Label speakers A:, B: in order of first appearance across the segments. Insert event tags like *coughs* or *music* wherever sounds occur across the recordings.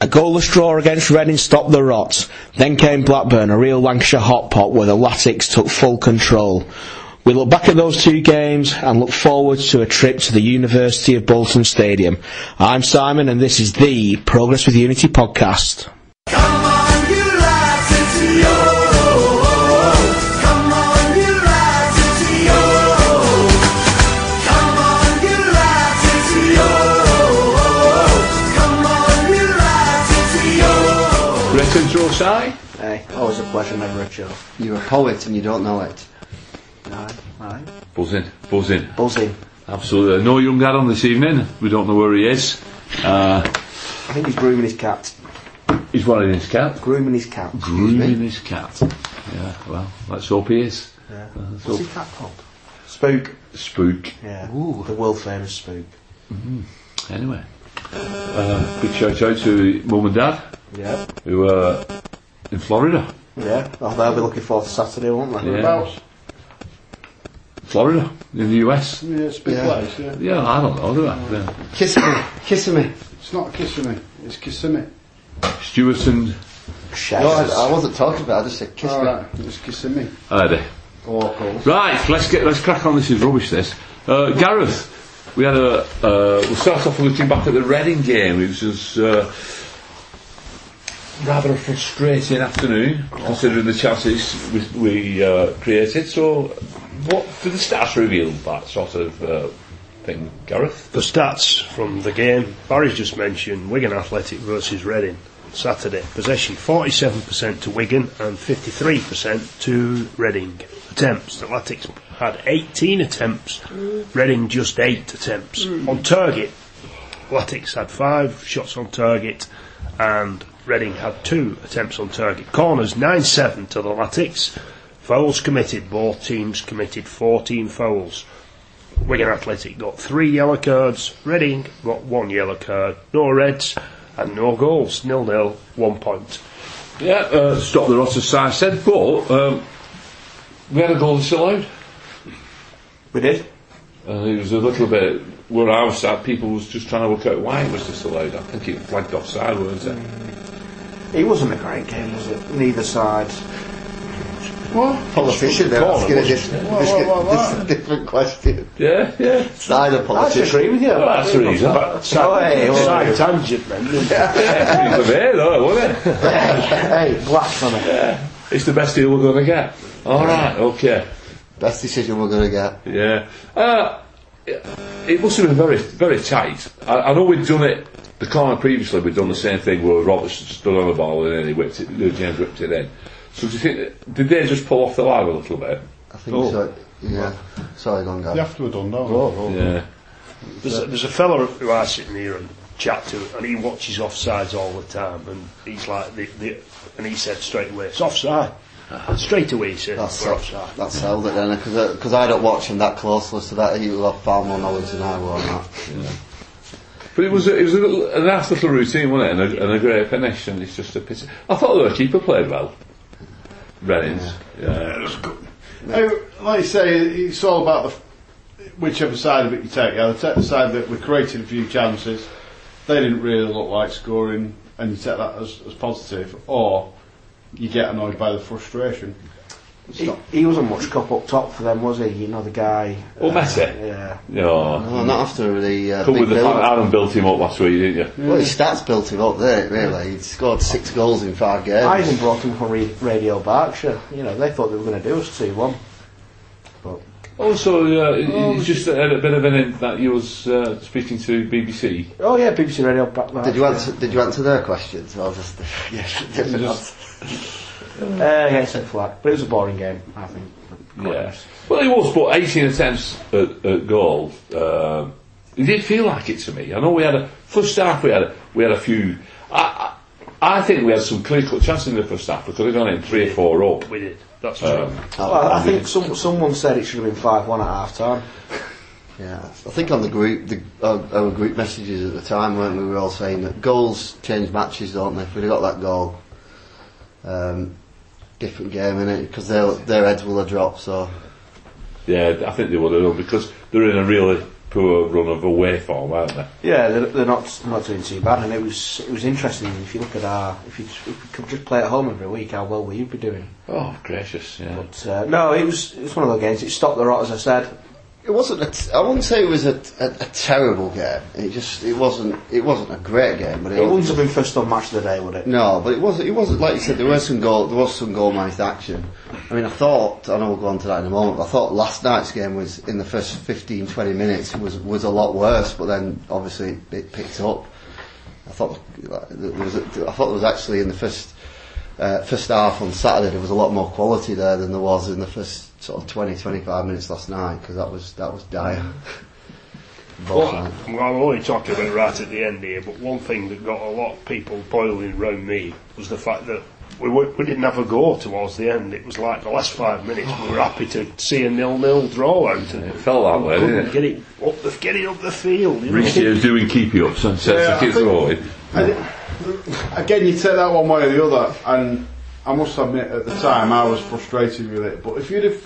A: A goalless draw against Reading stopped the rot. Then came Blackburn, a real Lancashire hot pot where the Latics took full control. We look back at those two games and look forward to a trip to the University of Bolton Stadium. I'm Simon and this is the Progress with Unity podcast.
B: Come on, you lads, it's yo. Come on, you lads, it's yo. Come on, you lads, it's yo. Come on, you lads, it's yo.
C: Records or side?
D: Hey, always a pleasure, never a chore. You're a poet and you don't know it. Aye, aye.
C: Buzzing, buzzing.
D: Buzzing.
C: Absolutely. No young lad on this evening. We don't know where he is. Uh,
D: I think he's grooming his cat.
C: he's wearing his cap.
D: Grooming his cat.
C: Grooming his cat. Yeah, well, let's hope he is.
D: Yeah.
C: Let's
D: What's
C: hope.
D: his cat called? Spook.
C: Spook.
D: Yeah. The world famous spook.
C: Anyway. Uh, big shout out to mum and dad
D: Yeah.
C: who are in Florida.
D: Yeah. Oh, they'll be looking forward to Saturday, won't they?
C: Yeah. Florida, in the US.
E: Yeah, it's a big
D: Yeah.
E: place, yeah.
C: Yeah, I don't know, do I? Yeah.
D: Kiss me. Kiss me.
E: It's not Kissimmee, it's Kissimmee.
C: Stewartson,
D: Shit.
E: No, it's-
D: I wasn't talking about it, I just said kiss me.
E: Alright, it's Kissimmee.
C: Eddie.
E: Local.
C: Right, let's get let's crack on. This is rubbish. This uh, Gareth, we had a uh, we'll start off with looking back at the Reading game. It was just, uh, rather a frustrating afternoon considering the chances we, we uh, created. So, what did the stats reveal that sort of uh, thing, Gareth?
F: The stats from the game Barry's just mentioned Wigan Athletic versus Reading Saturday. Possession 47% to Wigan and 53% to Reading. Attempts. The Latics had 18 attempts, Reading just 8 attempts. On target, Latics had 5 shots on target and Reading had 2 attempts on target. Corners 9 7 to the Latics. Fouls committed, both teams committed 14 fouls. Wigan Athletic got three yellow cards, Reading got one yellow card, no reds, and no goals. Nil nil, one point.
C: Yeah, uh, stop the rot as I said, but um, we had a goal disallowed.
D: We did?
C: Uh, it was a little bit where I was at. People was just trying to work out why it was disallowed. I think it flagged offside, wasn't it?
D: It wasn't a great game, was it? Neither side.
E: What?
D: Politician, they're
C: Corner,
D: asking a
C: wasn't
D: different,
E: Whoa, whoa, whoa,
D: this is a different question.
C: Yeah, yeah.
D: It's neither I politician. disagree with you.
C: Well, that's the reason. But
D: Oh, hey, well,
F: Side tangent, man.
C: it was there, eh, though, wasn't it?
D: hey, blasphemy.
C: It's the best deal we're going to get. All right, okay.
D: Best decision we're going to get.
C: Yeah. Uh, it must have been very, very tight. I, I know we'd done it. The corner previously, we'd done the same thing where Robertson stood on the ball and then he whipped it. uh, James whipped it in. So do you think did they just pull off the line a little bit?
D: I think
C: Oh.
D: so. Yeah. Sorry, go on, guys.
E: You have to have done that.
C: Yeah.
F: There's a, there's a fella who I sit near and chat to, and he watches offsides all the time, and he's like, the, the, and he said straight away, it's offside.
C: Uh-huh.
F: Straight away, he said,
D: That's
F: we're
D: sold,
F: offside.
D: that's sold it then, because I don't watch him that closely, so that you will have far more knowledge than I will on that.
C: But it was a, it was a little, a nice little routine, wasn't it? And a, and a great finish, and it's just a pity. I thought their keeper played well. Reddings. Yeah.
E: Hey, like you say, it's all about the whichever side of it you take. Either take the side that we created a few chances, they didn't really look like scoring, and you take that as, as positive, or you get annoyed by the frustration. It's
D: He,
E: not-
D: he wasn't much cup up top for them, was he? You know, the guy.
C: Oh, Messi.
D: Yeah.
C: Yeah.
D: Well, not after the uh,
C: Come
D: big
C: with the fact
D: build.
C: Aaron built him up last week, didn't you?
D: Well,
E: Yeah.
D: his stats built him up there, really. He'd scored six goals in five games.
G: I even brought them from Re- Radio Berkshire. You know, they thought they were going to do us 2 1.
C: Also, uh, it-
E: Oh,
C: it's just a, a bit of an in that you was uh, speaking to BBC.
G: Oh, yeah, BBC Radio Berkshire.
D: Did you answer? Did you answer their questions? Or just *laughs* yes, different answer?
G: Uh, yeah, it's a flat. But it was a boring game, I think.
C: Yeah. Well, he was, but 18 attempts at, at goal. Um it did feel like it to me. I know we had a first half. We had a, we had a few. I, I, I think we had some clear cut chances in the first half. We could have gone in three or four up.
F: We did. That's true.
C: Um,
G: Well, I think some, someone said it should have been 5 1 at half time.
D: Yeah, I think on the group, the, our, our group messages at the time, weren't we? We were all saying that goals change matches, don't they? If we'd have got that goal, um, different game in it because their their heads will have dropped. So
C: Yeah, I think they would have done because they're in a really poor run of away form, aren't they?
G: Yeah, they're, they're not not doing too bad, and it was it was interesting if you look at our if you, if you could just play at home every week, how well would you be doing?
C: Oh, gracious, yeah.
G: But uh, no, it was it was one of those games. It stopped the rot, as I said.
D: It wasn't. A t- I wouldn't say it was a, a, a terrible game. It just. It wasn't. It wasn't a great game, but it,
G: It wouldn't
D: was
G: have been first on match of the day, would it?
D: No, but it was it wasn't like you said. There was some goal. There was some goal managed action. I mean, I thought. I know we'll go on to that in a moment. But I thought last night's game was in the first 15, 20 minutes was was a lot worse. But then obviously it picked up. I thought like, there was. A, I thought there was actually in the first uh, first half on Saturday there was a lot more quality there than there was in the first sort of 20, 25 minutes last night because that was that was dire. Both
F: Well,
D: nights.
F: I'm only talking about right at the end here, but one thing that got a lot of people boiling round me was the fact that we, wa- we didn't have a go towards the end. It was like the last five minutes we were happy to see a nil-nil draw out. And
C: Oh. It felt that way, didn't
F: couldn't
C: it?
F: get it up the get it up the field. you know.
C: Ricky was doing keepy ups and said
E: Yeah,
C: to kids
E: I think-
C: away.
E: And it- again, you take that one way or the other, and I must admit, at the time, I was frustrated with it. But if you'd have,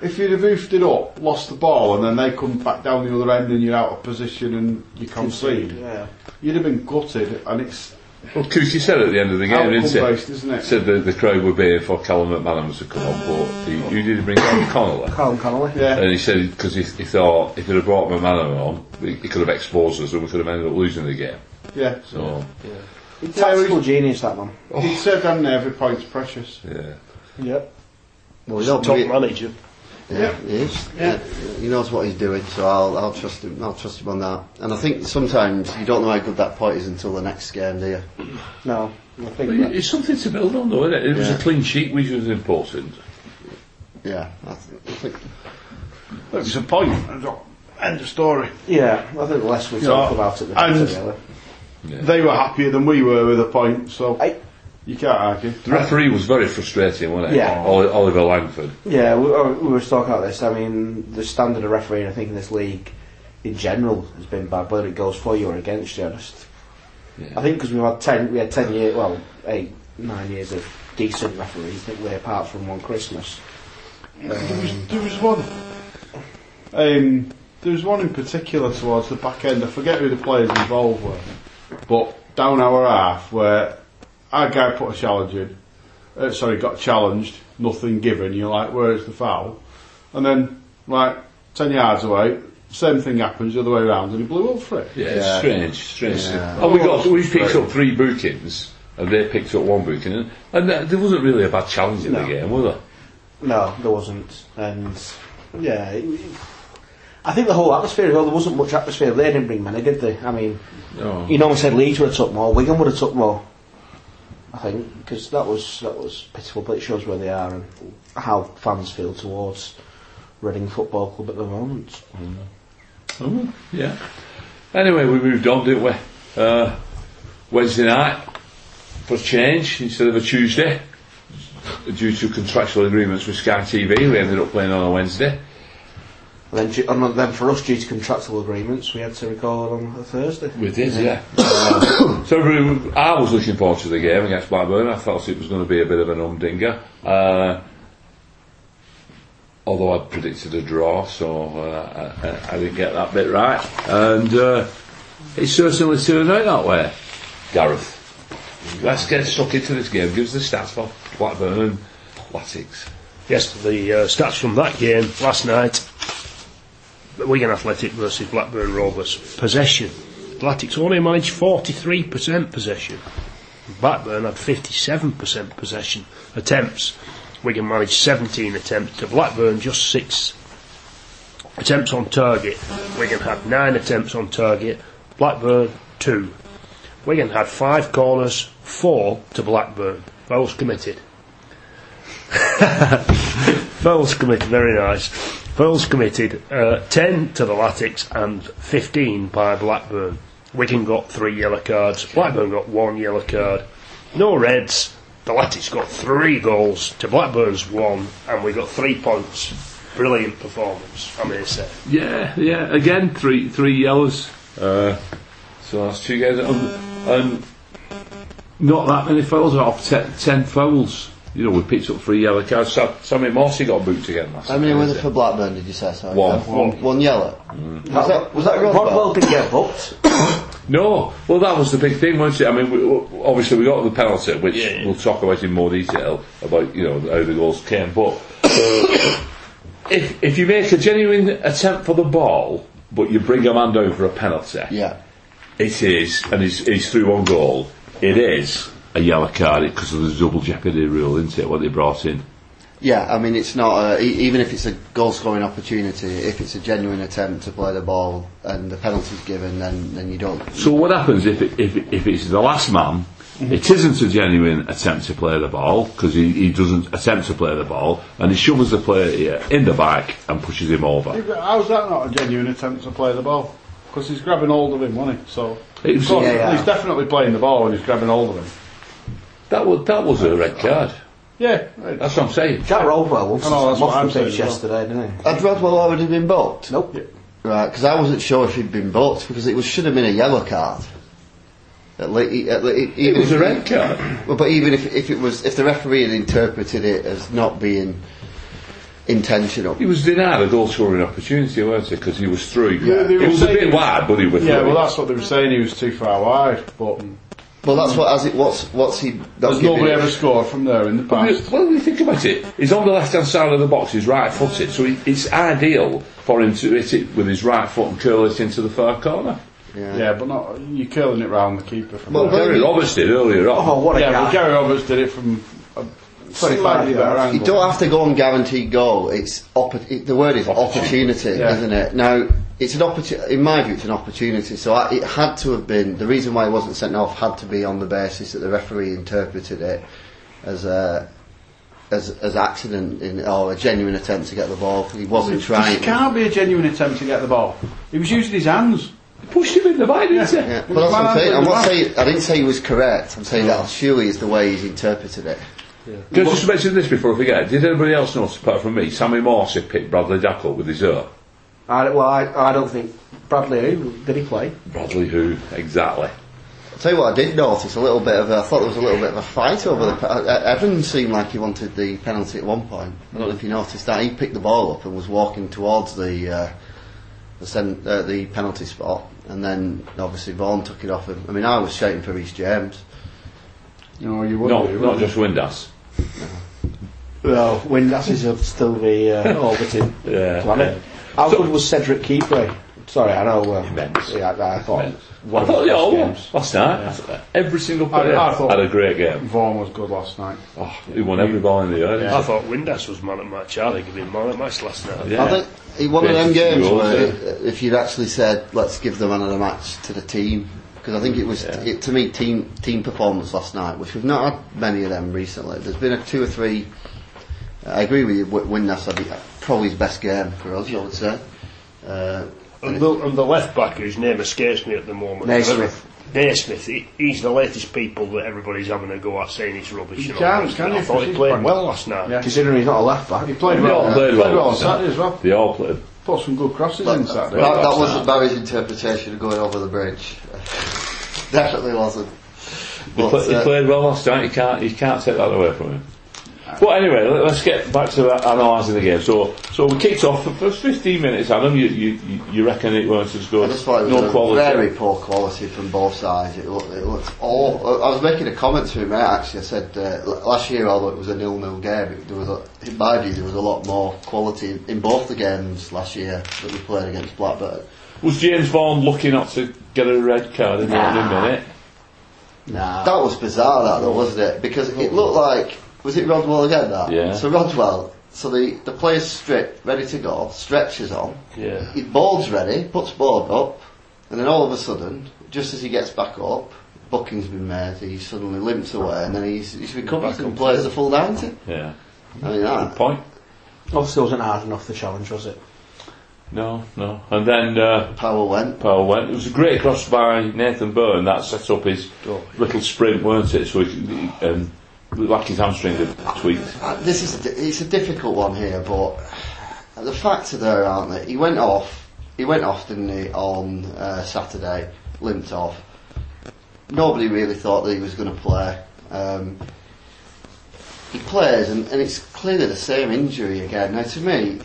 E: if you'd have oofed it up, lost the ball, and then they come back down the other end, and you're out of position, and you concede,
G: Yeah.
E: you'd have been gutted. And it's
C: Well, Coochie said at the end of the game,
E: outcome
C: didn't he?
E: based, isn't it?
C: Said that the crowd were being for Callum McManus to come on board. He, you did bring on
G: *coughs*
C: Connolly.
G: Colin Connolly.
E: yeah,
C: And he said, because he, he thought if he'd have brought McManus on, he, he could have exposed us and we could have ended up losing the game.
E: yeah.
C: So,
G: Tactical genius, that man.
E: He said, "Damn, near, every point's precious."
C: yeah.
G: Yep.
D: Well, we don't
F: Top
D: really-
F: manager.
D: Yeah, he is. Yeah. He knows what he's doing, so I'll, I'll trust him. I'll trust him on that. And I think sometimes you don't know how good that point is until the next game, do you?
G: No, I think
C: But
G: that,
C: it's something to build on, though, isn't it? It was
D: Yeah.
C: a clean sheet, which was important.
D: Yeah. I, th- I think
E: Look, it's a point. and it's- End of story.
G: yeah. I think the less we
E: You
G: talk
E: know,
G: about it, the
E: and-
G: better. Really.
E: They were happier than we were with a point, so
G: I,
E: you can't argue.
C: The referee was very frustrating, wasn't it?
G: Yeah.
C: Oli- Oliver Langford.
G: Yeah, we, uh, we were talking about this. I mean, the standard of refereeing, I think, in this league in general has been bad, whether it goes for you or against you. I Just, I think because we had ten, we had ten years, well, eight, nine years of decent referees that were apart from one Christmas.
E: There was, there was one. Um, there was one in particular towards the back end. I forget who the players involved were, but down our half, where our guy put a challenge in. Uh, sorry, got challenged, nothing given. You're like, where's the foul? And then, like, ten yards away, same thing happens the other way round, and he blew up for it.
C: Yeah,
D: Yeah.
C: strange, strange.
D: Yeah.
C: And we got we picked up three bookings, and they picked up one booking, and, and th- there wasn't really a bad challenge in the
G: No.
C: game, was there?
G: No, there wasn't, and yeah, it, it- I think the whole atmosphere as well. There wasn't much atmosphere. They didn't bring many, did they? I mean,
C: No.
G: you normally said Leeds would have took more, Wigan would have took more. I think because that was that was pitiful, but it shows where they are and how fans feel towards Reading Football Club at the moment.
C: Oh, yeah. Anyway, we moved on, didn't we? Uh, Wednesday night for a change instead of a Tuesday, due to contractual agreements with Sky TV, we ended up playing on a Wednesday.
G: And then, ju- and then for us, due to contractual agreements, we had to record on a Thursday.
C: We did, yeah. *coughs* Uh, so everybody- I was looking forward to the game against Blackburn. I thought it was going to be a bit of an umdinger. Uh, although I predicted a draw, so uh, I- I, I didn't get that bit right. And uh, it certainly turned out that way. Gareth, let's get stuck into this game. Give us the stats for Blackburn and Latics.
F: Yes, the uh, stats from that game last night. Wigan Athletic versus Blackburn Rovers. Possession. Athletics only managed 43% possession. Blackburn had 57% possession. Attempts. Wigan managed 17 attempts to Blackburn just 6. Attempts on target. Wigan had 9 attempts on target. Blackburn 2. Wigan had 5 corners, 4 to Blackburn. Fouls committed. Fouls committed, very nice. Fouls committed, uh, 10 to the Latics and 15 by Blackburn. Wigan got three yellow cards, Blackburn got one yellow card. No reds, the Latics got three goals to Blackburn's one, and we got three points. Brilliant performance, I may say.
C: Yeah, yeah. Again, three three yellows. Uh, so that's two games. Um, um, not that many fouls. Off ten, ten fouls. you know, we picked up three yellow cards. Sam, Sammy Morsey got booked again last
D: How many were
C: night.
D: there for Blackburn, did you say? Sorry,
C: One.
D: Gav? One, one yellow? Was that, was that a
G: Rodwell
D: Rodwell?
G: didn't get booked.
C: No, well, that was the big thing, wasn't it? I mean, we, we- obviously we got the penalty, which we'll talk about in more detail about you know how the goals came. But *coughs* uh, if if you make a genuine attempt for the ball, but you bring a man down for a penalty,
D: Yeah.
C: it is, and he's, he's through on goal. It is a yellow card because of the double jeopardy rule, isn't it? What they brought in.
D: Yeah, I mean, it's not, a, e- even if it's a goal scoring opportunity, if it's a genuine attempt to play the ball and the penalty's given, then, then you don't.
C: So what happens if it, if it- if it's the last man?
E: Mm-hmm.
C: It isn't a genuine attempt to play the ball because he, he doesn't attempt to play the ball, and he shovels the player in the back and pushes him over.
E: How's that not a genuine attempt to play the ball? Because he's grabbing hold of him, wasn't he? So
C: It was-
E: So
G: Yeah, yeah.
E: he's definitely playing the ball when he's grabbing hold of him.
C: That was that was a red card.
E: Yeah,
C: That's what I'm saying.
G: Jack Rodwell once
E: I know, that's what I'm
G: Moffat
E: saying
G: pitch
E: as well.
G: yesterday, didn't he?
D: Had Rodwell already been booked?
G: Nope.
D: Right, because I wasn't sure if he'd been booked because it was, should have been a yellow card. At le- at le-
C: It
D: even
C: was a
D: if-
C: red card.
D: Well, but even if, if it was, if the referee had interpreted it as not being intentional,
C: He was denied a goal scoring opportunity, weren't he? Because he was through.
E: Yeah, they
C: he
E: were
C: was a
E: saying-
C: bit wide, but he was.
E: Yeah,
C: through.
E: well, that's what they were saying. He was too far wide, but
D: well, that's what as it what's what's he. That's
E: has nobody
D: giving-
E: ever scored from there in the
C: Well,
E: past?
C: Well, when you think about it, he's on the left hand side of the box, he's right footed, so it- it's ideal for him to hit it with his right foot and curl it into the far corner.
E: Yeah, but not you're curling it round the keeper. From
D: Well,
E: there.
C: Gary
D: you-
C: Roberts did earlier on.
G: Oh, what a
E: yeah,
G: guy.
E: but Gary Roberts did it from a
G: 25
E: slightly better
G: yards.
E: angle.
D: You don't have to go on guaranteed goal. It's oppo- it, the word is opportunity,
E: Yeah.
D: isn't it? Now it's an opportunity. In my view, it's an opportunity. So I, it had to have been the reason why it wasn't sent off had to be on the basis that the referee interpreted it as a as as accident in, or a genuine attempt to get the ball. He wasn't trying.
E: This can't be a genuine attempt to get the ball. He was using his hands.
C: He pushed him in the back, didn't he?
D: Yeah, well, that's what I'm
E: Man,
D: saying. I'm
E: man.
D: not saying. I didn't say he was correct. I'm saying that surely is the way he's interpreted it.
C: Can I just mention this before I forget? Did anybody else notice, apart from me, Sammy Morse had picked Bradley Dackle with his ear?
G: I, well, I, I don't think Bradley who did he play?
C: Bradley who? Exactly.
D: I'll tell you what, I did notice a little bit of. A, I thought there was a little bit of a fight over the. pe- uh, Evans seemed like he wanted the penalty at one point. I don't know if you noticed that. He picked the ball up and was walking towards the uh, the, sen- uh, the penalty spot, and then obviously Vaughan took it off him. I mean, I was shouting for Reece James.
E: No, you wouldn't.
C: No,
E: do,
C: not
E: would you?
C: just Windass.
G: No, Windasses would still be uh, *laughs* orbiting
C: Yeah.
G: planet. How
C: So-
G: good was Cedric Keeper? Sorry, I know. Uh,
C: Immense.
G: Yeah, I, I thought.
C: I
G: One
C: thought, yeah,
G: of the
C: oh,
G: best games.
C: last night, I thought every single player
E: I thought-
C: had a great game.
E: Vaughan was good last night.
C: Oh, he won every ball in the air.
F: I thought Windass was man at match. I think he'd been man at match last night.
C: Yeah.
D: I think it- one of
C: Yeah,
D: them games
C: goals,
D: where
C: yeah.
D: uh, if you'd actually said, let's give the man of the match to the team, because I think it was, it, to me, team team performance last night, which we've not had many of them recently. There's been a two or three. I agree with you, Wi- Windass had the- probably his best game for us, I would say. Uh,
F: And the, and the left back, whose name escapes me at the moment.
G: Naismith.
F: Naismith, he, he's the latest people that everybody's having a go at saying he's rubbish.
E: You
F: and
E: can't,
F: all this.
E: can
F: I
E: you?
F: thought he
E: He's
F: played
E: bang-
F: well last night.
E: Yeah.
G: Considering he's not a left back,
E: He played
C: They
E: well.
C: all played
E: He
C: well
E: played well on
C: last night.
E: Saturday as well.
C: They all played.
E: Put some good crosses in
D: that,
E: Saturday.
D: that wasn't Barry's interpretation of going over the bridge. *laughs* Definitely wasn't.
C: He,
D: But,
C: pla- he
D: uh,
C: played well last night. You can't, you can't take that away from him. But anyway, let- let's get back to that analysing the game. So, so we kicked off for first 15 minutes. Adam, you, you, you- you reckon it weren't as
D: I
C: good?
D: just thought it was
C: no
D: a
C: quality.
D: very poor quality from both sides. It looked, it looked all. I was making a comment to him eh, actually. I said uh, l- last year, although it was a nil-nil game, it, there was a, in my view there was a lot more quality in, in both the games last year that we played against Blackburn.
C: Was James Vaughan lucky not to get a red card in the opening minute?
G: nah.
D: That was bizarre, that though, wasn't it? Because it looked like was it Rodwell again? That
C: Yeah.
D: So Rodwell. So the the player's stripped, ready to go, stretches on.
C: Yeah.
D: He ball's ready, puts board up, and then all of a sudden, just as he gets back up, booking's been made, he suddenly limps away, and then he's, he's recovers and plays the full 90.
C: Yeah.
D: I mean,
C: Good
D: that.
C: point.
G: Obviously, wasn't hard enough the challenge, was it?
C: No, no. And then uh,
D: Power went.
C: Powell went. It was a great cross by Nathan Byrne. That set up his
D: Oh.
C: little sprint, weren't it? So he, he, um, looked like his hamstring had tweaked.
D: Uh, This is a, di- it's a difficult one here, but the facts are there, aren't they? He went off, he went off, didn't he, on uh, Saturday, limped off. Nobody really thought that he was going to play. Um, he plays, and, and it's clearly the same injury again. Now, to me,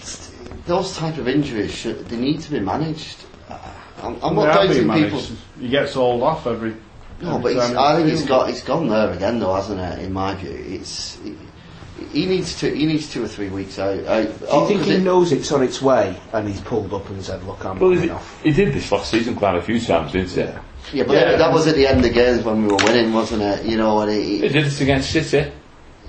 D: it's, those type of injuries should they need to be managed. Uh, I'm, I'm
E: They
D: not
E: have
D: doubting
E: been
D: people.
E: managed. He gets hauled off every.
D: No,
E: every
D: but it's,
E: time
D: I
E: he-
D: think it's got it's gone there again, though, hasn't it? In my view, it's he, he needs to he needs two or three weeks out. out
G: Do you think he knows it's on its way and he's pulled up and said, "Look, I'm
C: Well,
G: coming
C: he,
G: off"?
C: he did this last season quite a few times, didn't he?
D: Yeah, but
E: Yeah.
D: that was at the end of games when we were winning, wasn't it? You know, and he,
C: He
D: he-
C: did this against City.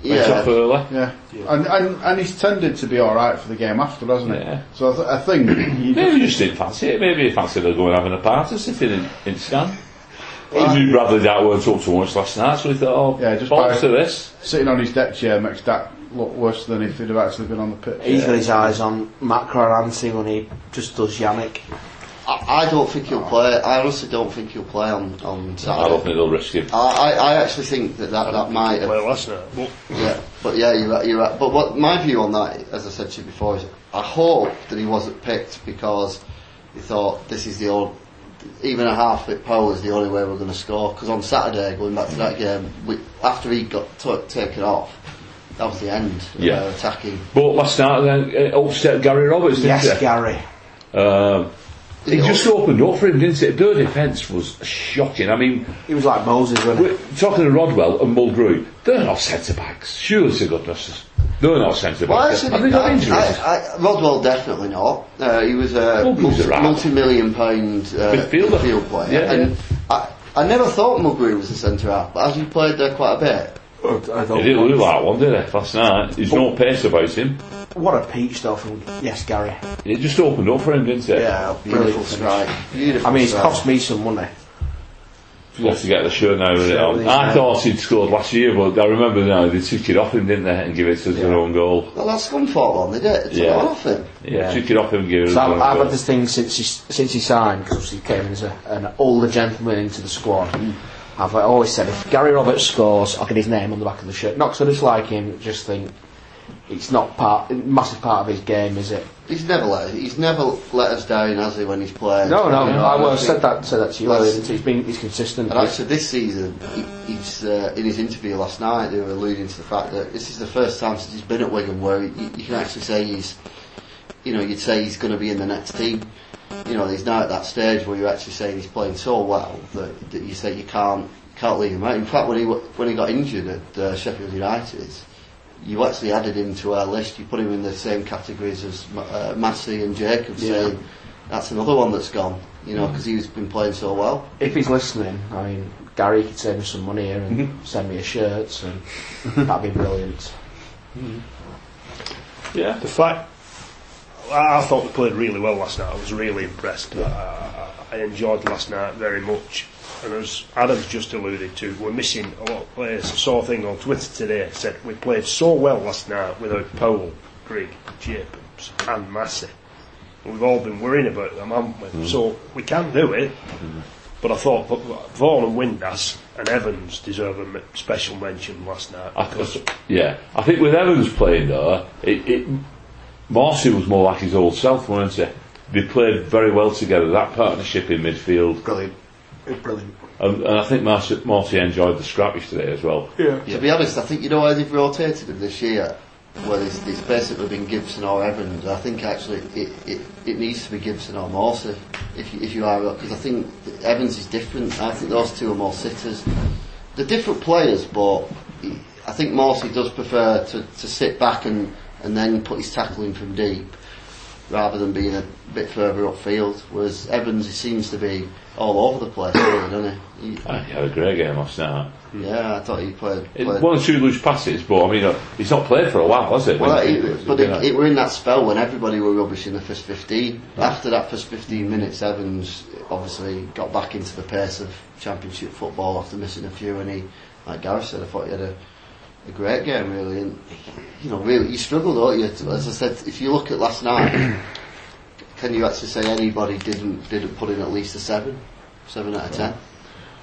C: Went off
D: yeah,
C: early.
E: Yeah. And, and and he's tended to be all right for the game after, hasn't he?
C: Yeah.
E: So I, th- I think you
C: Maybe he just didn't fancy it. Maybe he fancied they were going having a party sitting in, in Scan.
D: Well,
C: He knew Bradley Dart weren't up to much last night, so he thought, oh,
E: Yeah, just
C: balls
E: by-
C: to this.
E: sitting on his deck chair makes that look worse than if he'd have actually been on the pitch.
G: He's got his eyes on Matt Croranti when he just does Yannick.
D: I, I don't think he'll play. I honestly don't think he'll play on on
C: I don't
D: Saturday.
C: think they'll risk him.
D: I, I, I actually think that that, that might have
F: Well, last night. But
D: Yeah, but yeah, you're right, you're right. But what my view on that, as I said to you before, is I hope that he wasn't picked because he thought this is the old, even a half bit power is the only way we're going to score. Because on Saturday, going back to that game, we, after he got t- taken off, that was the end. of
C: Yeah.
D: their attacking.
C: But last night, then, it upset Gary Roberts, didn't
G: Yes,
C: it?
G: Gary.
C: Um,
D: Did
C: it
D: it
C: just opened up for him, didn't it? Their defence was shocking. I mean,
G: He was like Moses, wasn't he?
C: we're talking to Rodwell and Mulgrew, they're not centre backs. Surely to goodness, they're not centre
D: Why
C: backs.
D: should
C: Have
D: he
C: they got
D: not?
C: injuries?
D: I, I, Rodwell definitely not. Uh, he was a
C: Mulgrew's a rat.
D: multi million pound uh,
C: Midfielder.
D: midfield player.
C: Yeah,
D: and I, I never thought Mulgrew was a centre half, but as he played there quite a bit,
G: I
C: He didn't look like one, did he? Last night, there's no pace about him.
G: What a peach, though, from yes, Gary.
C: It just opened up for him, didn't it?
D: Yeah, beautiful
G: Brilliant
D: strike. Beautiful
G: I mean, it's
D: strike.
G: cost me some money.
C: He has to get the shirt now with it
G: Shirt
C: on.
G: with his
C: I
G: name.
C: thought he'd scored last year, but I remember now they took it off him, didn't they, and give it to their own goal.
D: Well, that's one fault one, they did. It's
C: Yeah.
D: yeah. off him.
C: Yeah, took it off him, and gave it
G: So
C: to
G: I've,
C: their
G: I've
C: own
G: had
C: goal.
G: this thing since he, since he signed, because obviously he came in as a, an older gentleman into the squad.
A: Hmm.
G: I've always said, if Gary Roberts scores, I'll get his name on the back of the shirt. Not because I dislike him, just think it's not part, massive part of his game, is it?
D: He's never let he's never let us down, has he? When he's playing.
G: No, no,
D: You know,
G: I
D: and
G: will have
D: think-
G: said that, said that to you
D: That's-
G: earlier. didn't I? He's been, he's consistent.
D: And actually, this season, he, he's uh, in his interview last night. They were alluding to the fact that this is the first time since he's been at Wigan where you, you can actually say he's, you know, you'd say he's going to be in the next team. You know, he's now at that stage where you're actually saying he's playing so well that, that you say you can't can't leave him out. In fact, when he wa- when he got injured at uh, Sheffield United, you actually added him to our list. You put him in the same categories as Ma- uh, Massey and Jacobs. Saying that's another one that's gone. You know, because he's been playing so well.
G: if he's listening, I mean, Gary could save me some money here and send me a shirt, and *laughs* that'd be brilliant.
C: Yeah.
F: the fact. I I thought we played really well last night. I was really impressed. I- I, I enjoyed last night very much. And as Adam's just alluded to, we're missing a lot of players. I saw a thing on Twitter today said we played so well last night without Powell, Grigg, Jacobs, and Massey. We've all been worrying about them, haven't we? So we can do it. But I thought but Vaughan and Windass and Evans deserve a m- special mention last night.
C: I, th- yeah, I think with Evans playing though, it, it Marcy was more like his old self, weren't he? They played very well together. That partnership in midfield,
G: Brilliant. Brilliant.
C: and, and I think Marcy, Marcy enjoyed the scrap yesterday as well. Yeah,
D: To be honest, I think you know why they've rotated him this year. Well, it's, it's basically been Gibson or Evans. I think actually it, it, it needs to be Gibson or Morse if you, if you are because I think that Evans is different. I think those two are more sitters. They're different players, but he- I think Morse does prefer to, to sit back and, and then put his tackling from deep rather than being a bit further upfield. Whereas Evans, he seems to be all over the place, really, doesn't he? he
C: he had a great game last night.
D: yeah, I thought he played.
C: It,
D: played
C: one or two loose passes, but I mean, uh, he's not played for a while, has it?
D: Well,
C: When
D: that,
C: he-
D: it, but
C: you know.
D: it, it were in that spell when everybody were rubbish in the first 15. After that first 15 minutes, Evans obviously got back into the pace of championship football after missing a few, and he, like Gareth said, I thought he had a, a great game really, and you know, really, you struggled, don't you? As I said, if you look at last night, *coughs* can you actually say anybody didn't didn't put in at least a seven, seven out of ten?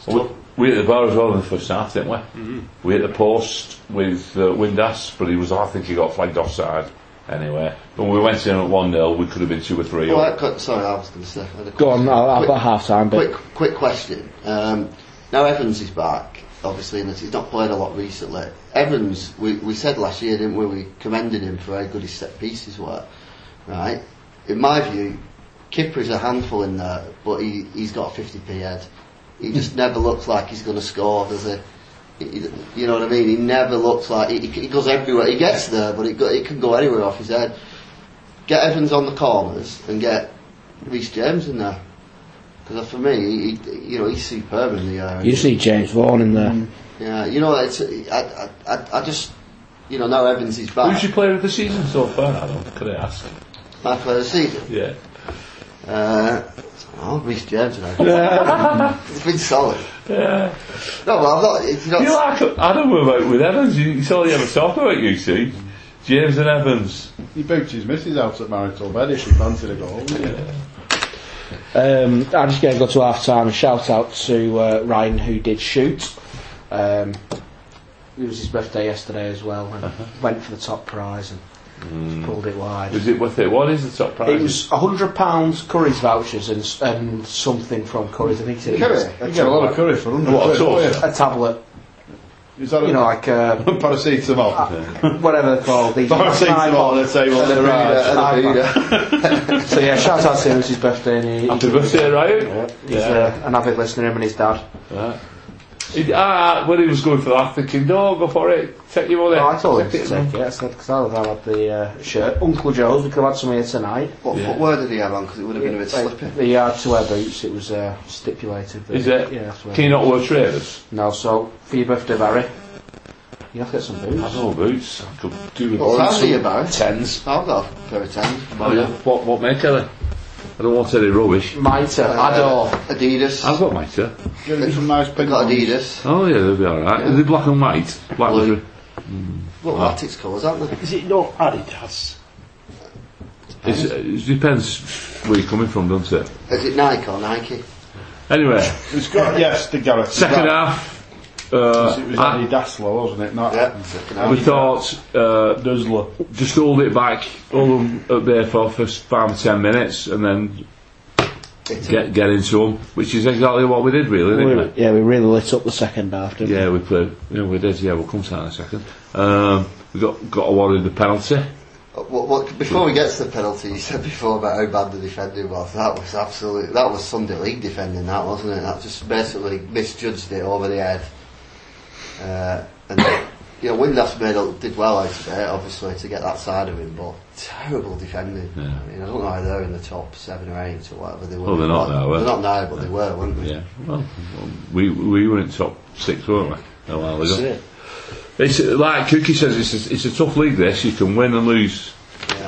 C: We, we hit the bar as well in the first half, didn't we? We hit the post with uh, Windass, but he was, I think he got flagged offside anyway. When we went in at 1 0, we could have been 2 or 3
D: Well,
C: up.
D: I cut- sorry, I was going to say. I had a
A: Go on, I'll, I've
D: quick-
A: got half time, but
D: Quick, quick question. Um, now Evans is back. obviously, in this, he's not played a lot recently. Evans, we, we said last year, didn't we? We commended him for how good his set pieces were, right? In my view, Kipper is a handful in there, but he, he's got a 50p head.
A: *laughs*
D: He just never looks like he's going to score, does he? He- he- You know what I mean? He never looks like he, he goes everywhere. He gets there, but it, go, it can go anywhere off his head. Get Evans on the corners and get Reece James in there. Because for me, he, he, you know, he's superb in the air.
A: You just need James Vaughan in there.
G: Hmm.
D: Yeah, you know, it's, I, I, I, I just, you know, now Evans is back.
C: Who's your player of the season so far, Adam? Could I ask?
D: My player of the season.
C: Yeah.
D: Uh, oh, Reece James, you know. *laughs* it's been solid. No, well, I'm not. It's not
C: You like Adam about with Evans. You, it's all you ever talk about, you see. James and Evans.
E: He booted his missus out at marital bed if she fancied a goal. Yeah.
A: Um, I'm just going to go to half time and shout out to uh, Ryan who did shoot. Um, it was his birthday yesterday as well and
G: Uh-huh.
A: went for the top prize and
G: Hmm.
A: just pulled it wide.
C: Is it worth it? What is the top prize?
A: It was £100 Curry's vouchers and, s- and something from Curry's. I think he said it was
E: You get a lot of curry for under
C: What,
E: quid,
C: sauce?
E: don't
A: a tablet,
E: you? Is that
A: you know, like uh,
E: a *laughs* paracetamol?
A: whatever they're called. These
E: Paracetamol on the table.
A: Right,
E: uh,
D: I don't
A: right.
D: know.
A: So yeah, shout out to him. It's his birthday. And he,
C: Happy birthday, Ryan.
A: He's uh, an avid listener, him and his dad.
C: Right. He- ah, when he was going for that, thinking, no, go for it. Take your money.
A: Oh, I told him to
C: Take
A: take
C: it,
A: it. I said, because I'll have had the uh, shirt. Uncle Joe's, we could have had some here tonight.
D: What
C: Yeah.
D: footwear did he have on? Because it would have been a bit slippy.
A: They had to wear boots. It was uh, stipulated. That
C: Is it?
A: Yeah, have to wear
C: Can you not wear trainers?
A: No, so for your birthday, Barry, you have to get some
C: I
A: boots.
C: don't know, boots. I could do with
D: What size are you, Barry?
C: Tens.
D: I've got a pair of tens.
C: Oh, yeah. What, what make are they? I don't want any rubbish.
A: Mitre,
D: Uh,
A: Ador.
D: Adidas.
C: I've got mate, yeah.
E: Give him some nice
D: I've
E: pink
D: got
E: ones.
D: Adidas.
C: Oh, yeah, they'll be alright. Are they black and white? Black
D: Blue.
C: with-
D: Well, Latics colours, aren't they?
F: Is it not Adidas?
C: It's, it depends where you're coming from, doesn't it?
D: Is it Nike or Nike?
C: Anyway,
E: It's got, yes, the Gareth.
C: second half. Uh,
E: It was
C: I-
E: Andy Daslow, wasn't it? Not
D: Yeah.
C: we thought uh,
E: Dusler.
C: just hold it back, hold them up there for first five ten minutes, and then get get into them, which is exactly what we did, really, didn't we?
A: yeah, we really lit up the second half, didn't
C: Yeah, we played. Yeah, we did. Yeah, we'll come to that in a second. Um, we got got awarded the penalty.
D: Uh, What, what, before we get to the penalty, you said before about how bad the defending was. That was absolutely that was Sunday league defending, that wasn't it? That just basically misjudged it over the head. Uh, and you know, Windass made a, did well out of it, obviously, to get that side of him, but terrible defending.
C: Yeah.
D: I mean, I don't know how they're in the top seven or eight or whatever they were.
C: Well, they're not now, eh?
D: They're not now, but they were, weren't they?
C: Yeah. Well, we we were in top six, weren't we? A while ago. It's like Cookie says. It's a, it's a tough league. This you can win and lose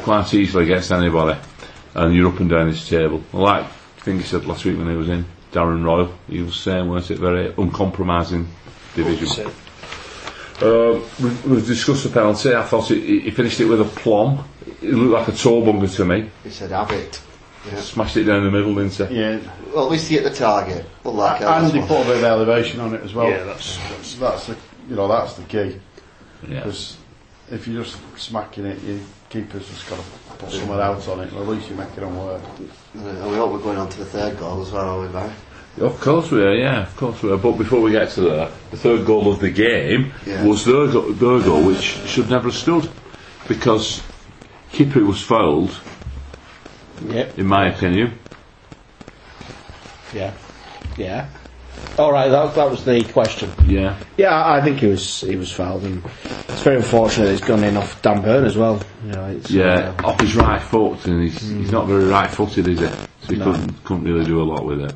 C: quite easily against anybody, and you're up and down this table. Like I think he said last week when he was in Darren Royal, he was saying, "Weren't it very uncompromising division?" Um, we, we've discussed the penalty. I thought he, he- he finished it with a plum. It looked like a toe bunga to me.
D: He said, have it.
C: Smashed it down the middle, didn't he?
E: Yeah.
D: Well, at least he hit the target. Well, like
E: And he
D: Ellis
E: put a bit of elevation on it as well.
F: Yeah, that's.
E: That's, that's the, you know, that's the key.
C: Yeah.
E: Because if you're just smacking it, your keeper's just got to put someone out on it. Well, at least you make it on work.
D: was. And we hope we're going on to the third goal as well, aren't we, Barry?
C: Of course we are, yeah, of course we are. But before we get to that, the third goal of the game
D: Yeah.
C: was their, go- their goal, which should never have stood because Kippy was fouled,
A: Yep.
C: in my opinion.
A: Yeah. Yeah. All right, that, that was the question.
C: Yeah,
A: Yeah, I I think he was he was fouled, and it's very unfortunate that it's gone in off Dan Burn as well. You know, it's,
C: yeah,
A: uh,
C: off his right foot, and he's, he's not very right footed, is he? So he
A: Hmm. No.
C: couldn't, couldn't really do a lot with it.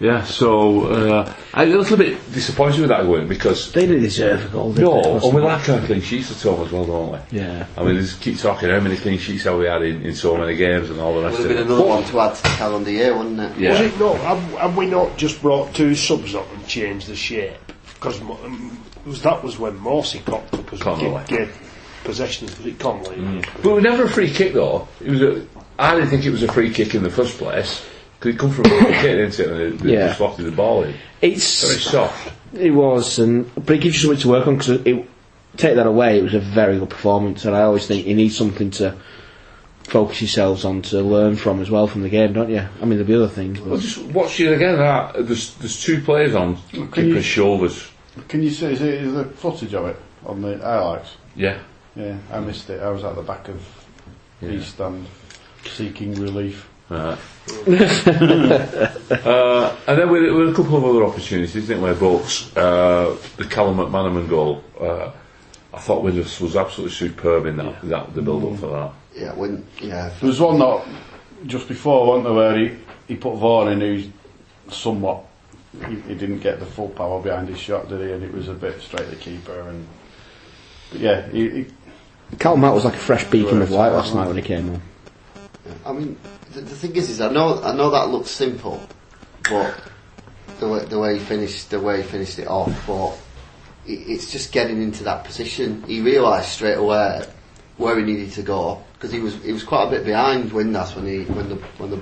C: Yeah, so uh, I'm a little bit disappointed with that going because.
A: they didn't deserve a goal. Did they?
C: No, and we like our clean sheets at home as well, don't we?
A: Yeah.
C: I mean, just keep talking how many clean sheets have we had in, in so many games and all the
D: Would
C: rest
D: have
C: of
D: been
C: it.
D: another one to add to the calendar year, wouldn't it?
C: Yeah.
F: Was it not? Have, have we not just brought two subs up and changed the shape? Because um, was, that was when Morsey got because
C: Connolly.
F: we gave possessions. Was it Conley?
C: But it was never a free kick, though. It was a, I didn't think it was a free kick in the first place. Because it come from a free kick, didn't it? And they, they
A: Yeah.
C: just slotted the ball in. Very
A: It's
C: soft.
A: it was, and but it gives you something to work on because it take that away. It was a very good performance, and I always think you need something to focus yourselves on to learn from as well from the game, don't you? I mean, there'll be other things.
C: Well,
A: But
C: just watch it again. Uh, there's there's two players on
E: you-
C: Kipper's shoulders.
E: Can you see is there, is there footage of it on the highlights?
C: Yeah,
E: Yeah, I missed it. I was at the back of the
C: Yeah.
E: stand seeking relief.
C: Right. uh, and then we had, we had a couple of other opportunities, didn't we? But uh, the Callum McManaman goal, uh, I thought Windus was absolutely superb in that, that the build up for that.
D: Yeah, when yeah,
E: There was one that just before, wasn't there, where he, he put Vaughan in who's somewhat he, he didn't get the full power behind his shot, did he? And it was a bit straight at the keeper and but yeah, he, he,
A: Callum Matt was like a fresh beacon of light last night when he came on.
D: I mean, the, the thing is, is I know I know that looks simple, but the way the way he finished the way he finished it off, but it, it's just getting into that position. He realised straight away where he needed to go because he was he was quite a bit behind Windass when he when the when the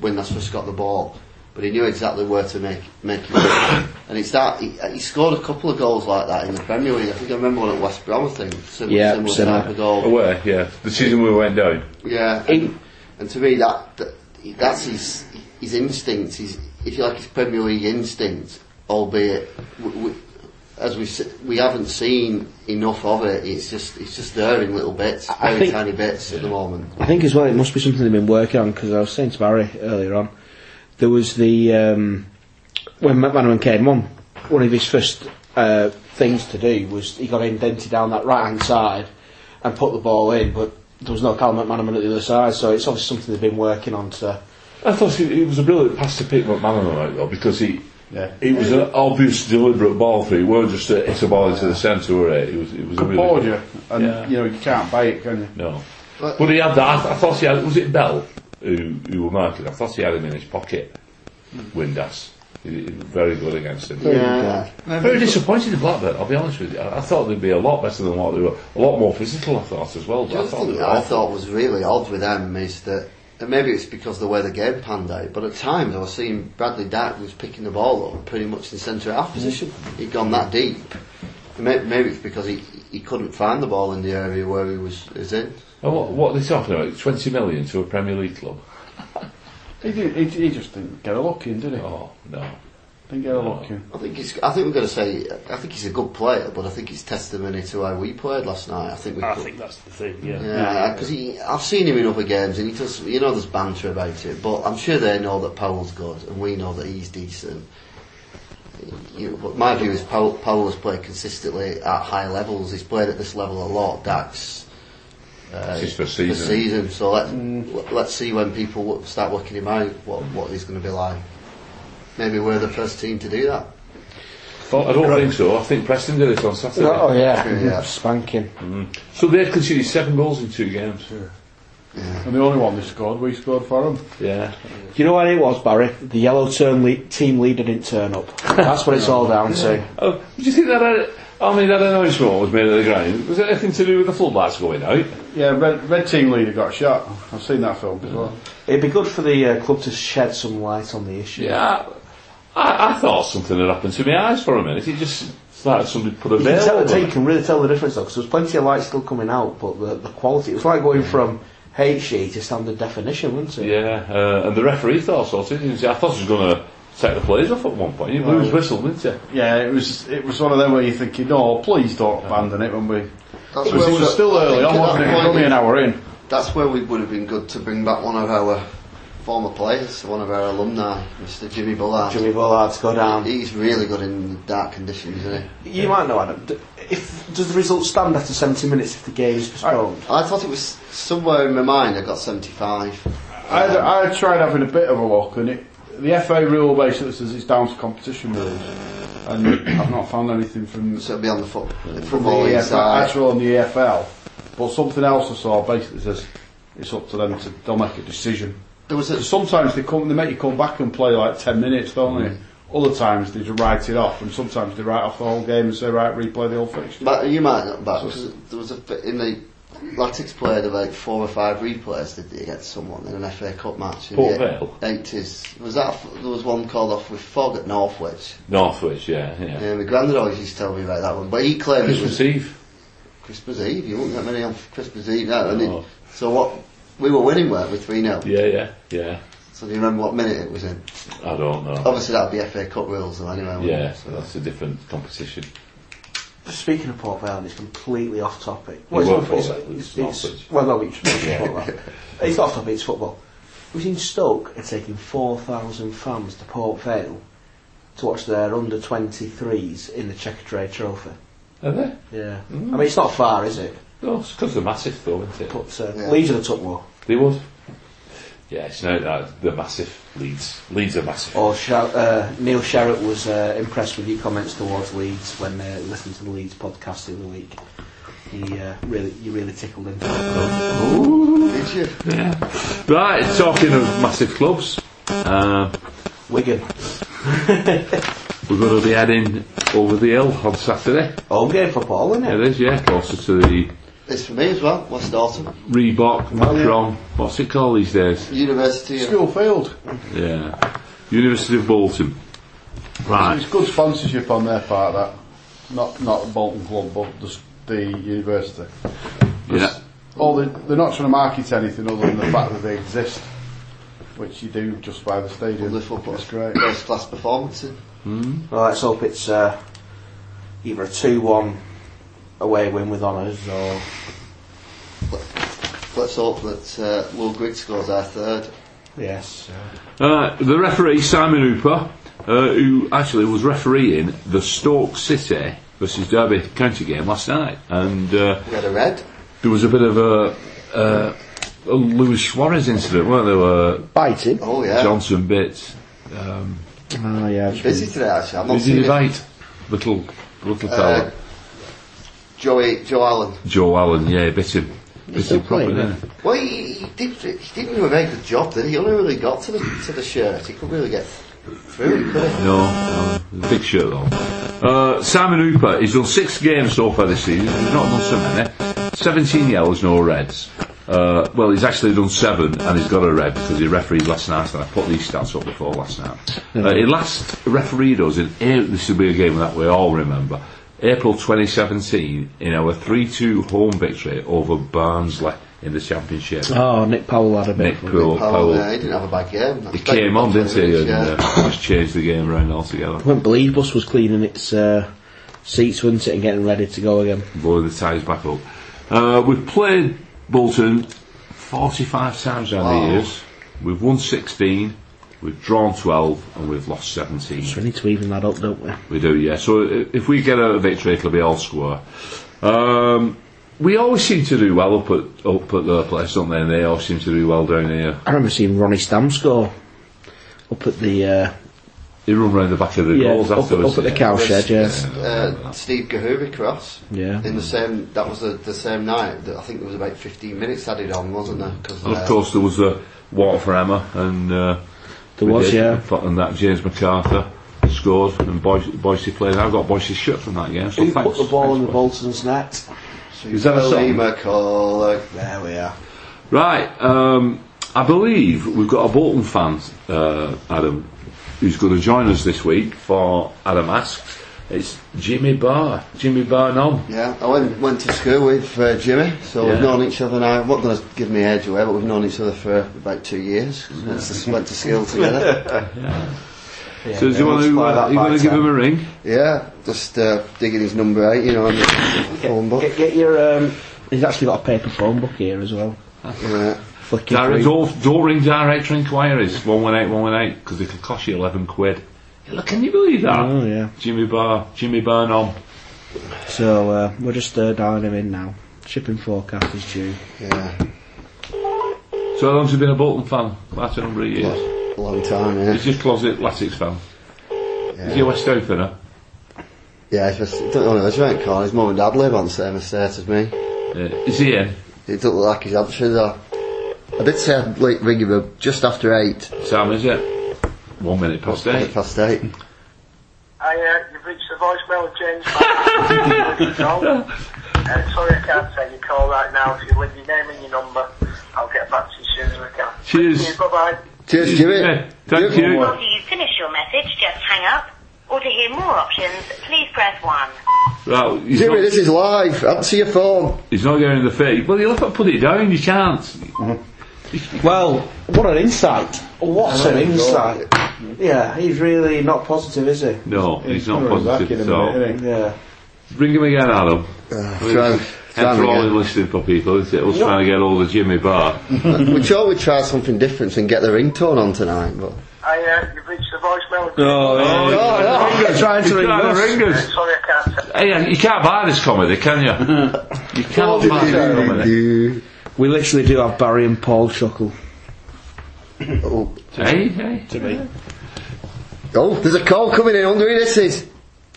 D: Windass first got the ball, but he knew exactly where to make make it. work. and it's that he, he scored a couple of goals like that in the Premier League. I think I remember one at West Brom. I think similar,
A: Yeah,
D: similar,
A: similar.
D: type of goal.
C: Away, yeah. The season we went down.
D: Yeah, and, and to me that, that that's his his instinct. His if you like his Premier League instinct, albeit we, we, as we s- we haven't seen enough of it. It's just it's just there in little bits,
A: I
D: very
A: think-
D: tiny bits at the moment.
A: I think as well it must be something they've been working on because I was saying to Barry earlier on, there was the um, when McManaman came on, one of his first uh, things to do was he got indented down that right hand side and put the ball in, but there was no Cal McManaman at the other side, so it's obviously something they've been working on to.
C: I thought it, it was a brilliant pass to pick McManaman out though because he
E: yeah.
C: it was an obvious deliberate ball through. It weren't just a, it's a ball into the centre or it. It was it was a really
E: Composure, and
C: Yeah.
E: you know you can't buy it, can you?
C: no.
D: But-
C: But he had that. I, I thought he had. Was it Bell who who were marking? I thought he had him in his pocket. Windass. He, he was very good against him.
D: Yeah,
C: Very disappointed in Blackburn. I'll be honest with you. I, I thought they'd be a lot better than what they were. A lot more physical. I thought as well. But
D: the
C: I
D: other
C: thought they
D: thing
C: were
D: that I
C: awful.
D: thought was really odd with them is that. And maybe it's because the way the game panned out, but at times I was seeing Bradley Dyke was picking the ball up pretty much in centre half position. He'd gone that deep. Maybe, maybe it's because he he couldn't find the ball in the area where he was is in.
C: And what, what are they talking about? Twenty million to a Premier League club?
E: He, did, he, he just didn't get a look in, did he?
C: Oh no.
E: Didn't get a look in.
D: I think he's. I think we're going to say. I think he's a good player, but I think it's testimony to how we played last night. I think we.
F: I
D: put-
F: think that's the thing, yeah.
D: yeah, because Uh, he. I've seen him in other games, and he does. You know, there's banter about it, but I'm sure they know that Powell's good, and we know that he's decent. You know, but my view is Powell, Powell has played consistently at high levels. He's played at this level a lot. Dax. Uh,
C: It's his first
D: the
C: season.
D: season. So let, let- let's see when people wo- start working him out what, what he's going to be like. Maybe we're the first team to do that.
C: I don't think so. I think Preston did it on Saturday.
A: Oh yeah,
D: Yeah.
A: spanking.
C: So they've conceded seven goals in two games.
E: And the only one they scored, we scored for him.
C: Yeah.
A: You know what it was, Barry? The yellow turn le- team leader didn't turn up. That's what it's all down to.
C: Oh, do you think that? Had, I mean, that announcement was made at the ground. Was it anything to do with the floodlights going out?
E: Yeah, red, red team leader got shot. I've seen that film before.
A: It'd be good for the uh, club to shed some light on the issue.
C: Yeah. I, I thought something had happened to my eyes for a minute. It just it's like somebody put a
A: You can,
C: veil
A: tell,
C: over
A: you
C: it.
A: can really tell the difference though, because there was plenty of light still coming out, but the, the quality, it was like going from HD to standard definition, wasn't it?
C: Yeah, uh, and the referee thought so too. Didn't he? I thought he was going to take the players off at one point. He blew his whistle, didn't he?
E: Yeah, it was it was one of them where you're thinking, oh, please don't abandon it when we.
D: That's
E: It was, it was still early on, wasn't it? Only an hour in.
D: That's where we would have been good to bring back one of our former players, one of our alumni, Mr. Jimmy Bullard.
A: Jimmy Bullard to go down.
D: He's really good in dark conditions, isn't he?
A: You might know, Adam. d- If, does the result stand after 70 minutes if the game is
E: Oh.
A: postponed?
D: I thought it was somewhere in my mind. I got seventy-five.
E: I, I tried having a bit of a look, and it, the FA rule basically says it's down to competition rules, and I've not found anything from
D: So it'll be on the foot,
E: from
D: football
E: the EFL,
D: inside.
E: actual on the EFL, but something else I saw basically says it's up to them to they'll make a decision.
D: There was a,
E: 'Cause sometimes they come, they make you come back and play like ten minutes, don't they? Other times they just write it off, and sometimes they write off the whole game and say, right, replay the whole fixture.
D: But you might not back because there was a fi- in the Latics played about four or five replays did they against someone in an FA Cup match in
C: Port
D: the
C: Vale?
D: eighties. Was that f- there was one called off with fog at Northwich?
C: Northwich, yeah, yeah.
D: Yeah, my granddad always used to tell me about that one, but he claimed it
C: Christmas
D: was
C: Eve.
D: Christmas Eve. You wouldn't get many on Christmas Eve, no. And
C: No.
D: it, so what? We were winning, weren't we? 3 0.
C: Oh. Yeah, yeah, yeah.
D: So do you remember what minute it was in?
C: I don't know.
A: Oh.
D: Obviously, that'd be FA Cup rules, though, anyway. wouldn't
C: yeah,
D: it?
C: so that's a different competition.
G: Speaking of Port Vale, it's completely off topic.
C: won't
G: it's,
C: follow that,
G: it's,
C: it's not
G: it's-
C: such-
G: well, no, it's, it's
C: Yeah.
G: football. It's not off topic, it's football. We've seen Stoke are taking 4,000 fans to Port Vale to watch their under 23s in the Checker Trade Trophy.
C: Are they?
G: Yeah. I mean, it's not far, is it?
C: No, it's because they're massive, though, isn't it?
G: But uh,
D: Yeah.
G: Leeds are the top one.
C: They would. Yeah, it's now that they're massive. Leeds. Leeds are massive.
G: Or Sha- uh, Neil Sherritt was uh, impressed with your comments towards Leeds when uh, listened to the Leeds podcast the other week. He uh, really, you really tickled him.
D: Did you?
C: Right, talking of massive clubs, uh,
G: Wigan,
C: we're going to be heading over the hill on Saturday.
G: home game for Paul, isn't
C: It
G: it?
C: is, yeah, closer to the
D: It's for me as well, West Autumn.
C: Reebok, Macron, what's it called these days?
D: University of.
E: School field.
C: Yeah, University of Bolton. Right,
E: It's good sponsorship on their part, that. Not not Bolton Club, but the, s- the university.
C: yeah,
E: All the, they're not trying to market anything other than the fact that they exist, which you do just by the stadium.
D: Wonderful
E: That's great.
D: First class performance. in-
G: Well, let's hope it's uh, either a two-one away win with honours or
D: Let's hope that uh, Will Grigg scores our third.
G: yes,
C: Uh, the referee Simon Hooper, uh, who actually was refereeing the Stoke City versus Derby County game last night, and uh,
D: We had a red.
C: there was a bit of a, uh, a Luis Suarez incident, weren't there? Were
A: Biting.
D: Oh, yeah.
C: Johnson bits, um,
A: Oh, yeah.
D: Busy today, actually. I've not
C: busy
D: seen him.
C: debate, little little fella,
D: Uh, Joey, Joe Allen.
C: Joe Allen, yeah, bit him, bit
A: still
C: him proper,
A: playing,
C: didn't
A: isn't
C: he?
D: Well, he, he, did, he didn't do a very good job, did he? He only really got to the, to the shirt. He couldn't really get through, could he?
C: No, no, big shirt though. Uh, Simon Hooper, he's done six games so far this season. He's not done so many. Seventeen yellows, no reds. Uh, well, he's actually done seven, and he's got a red because he refereed last night, and I put these stats up before last night. Uh, he last refereed us in April. This will be a game that we all remember. April 2017 in our 3-2 home victory over Barnsley in the Championship.
A: Oh, Nick Powell had a bit.
C: Nick Poole,
D: Powell,
C: Powell,
D: yeah, he didn't have a bad game.
C: he came on, didn't he? And uh, just changed the game around altogether.
A: I wouldn't believe Bus was cleaning its uh, seats, wasn't it, and getting ready to go again.
C: blowing the ties back up. Uh, we've played Bolton 45 times over the years. We've won 16, we've drawn 12, and we've lost 17.
A: So we need to even that up, don't we?
C: We do, yeah. So i- if we get a victory, it'll be all square. Um, we always seem to do well up at up at their place, don't they? And they all seem to do well down here.
A: I remember seeing Ronnie Stam score up at the uh,
C: They run round the back of the
A: yeah,
C: goals
A: up,
C: afterwards.
A: up at the
C: yeah.
A: cow shed. Yeah.
D: uh, Steve Gahuri cross.
A: Yeah.
D: In the same, that was the, the same night. That I think there was about 15 minutes added on, wasn't there? uh, Because
C: And of course, there was the water for Emma, and uh,
A: There
C: we
A: was,
C: did,
A: yeah.
C: and that James MacArthur scored, and Boise, Boise played. I've got Boise's shirt from that game. So
G: who
C: thanks.
G: put the ball in the
C: Thanks, Boise.
G: Bolton's net?
C: Is that a song?
G: There we are.
C: Right. Um, I believe we've got a Bolton fan, uh, Adam, who's going to join us this week for Adam Asks. It's Jimmy Barr. Jimmy Barr, no.
D: Yeah, I went, went to school with uh, Jimmy, so
C: Yeah.
D: we've known each other now. I'm not going to give me age away, but we've known each other for about two years. Since we went to school together.
G: Yeah,
C: So do you want to,
G: multiply
C: uh,
G: that
C: you
G: by
C: want to give
G: 10.
C: him a ring?
D: yeah, just uh, digging his number out, you know, on the phone book.
G: *laughs*
A: Get, get your. Um, he's actually got a paper phone book here as well.
D: Yeah.
A: Flicking through.
C: Direct, door, door ring director inquiries, 118 118, because it could cost you 11 quid. Look, Can you believe that?
A: Oh yeah.
C: Jimmy Barr, Jimmy Barnum.
A: So uh, we're just uh, dialing him in now. Shipping forecast is due.
D: yeah,
C: So how long's you been a Bolton fan? That's a number of years.
D: a long time, yeah.
C: He's your closet Latics fan. Is he a West End fan? huh?
D: Yeah, it's just, I don't know, it's right corner. His mum and dad live on the same estate as me.
C: Uh, is he in?
D: It doesn't look like he's answering though. I did say I'd like ring him up just after eight.
C: Sam, is it? One minute past
D: Quarter
C: eight.
D: past eight.
H: Hi, uh, you've reached the voicemail of James. uh, sorry, I can't take your call right now. If you leave your name and your number, I'll get back to you as soon as I can.
C: Cheers.
H: Bye bye.
D: Cheers, Jimmy.
C: Yeah, thank you.
I: After you finish your message, just hang up. Or to hear more options, please press 1.
C: Right, he's,
D: Jimmy, this
C: not,
D: is live. Answer your phone.
C: he's not getting the fee. Well, you'll have to put it down, you can't.
A: Well, what an insight.
G: What an insight. Yeah, he's really not positive, is he?
C: No, he's not
E: Coming back
C: positive
E: in a
C: at all.
E: minute, innit?
G: Yeah.
C: Ring him again, Adam.
D: Uh, try- try him
C: After all,
D: again.
C: he's listening for people, isn't it? Us trying to get hold of Jimmy Barr.
D: we thought we'd try something different and get the ringtone on tonight, but
H: I, uh, you've reached the voicemail.
C: Oh,
G: You're *laughs* trying to
C: he's
G: ring
C: trying to
G: us.
C: ring us.
H: Sorry, I can't. T-
C: Hey, you can't buy this comedy, can
E: *laughs*
C: you? you cannot buy this comedy.
A: We literally do have Barry and Paul chuckle.
D: oh,
C: Hey, hey.
F: to me.
D: oh, there's a call coming in. Under who this is.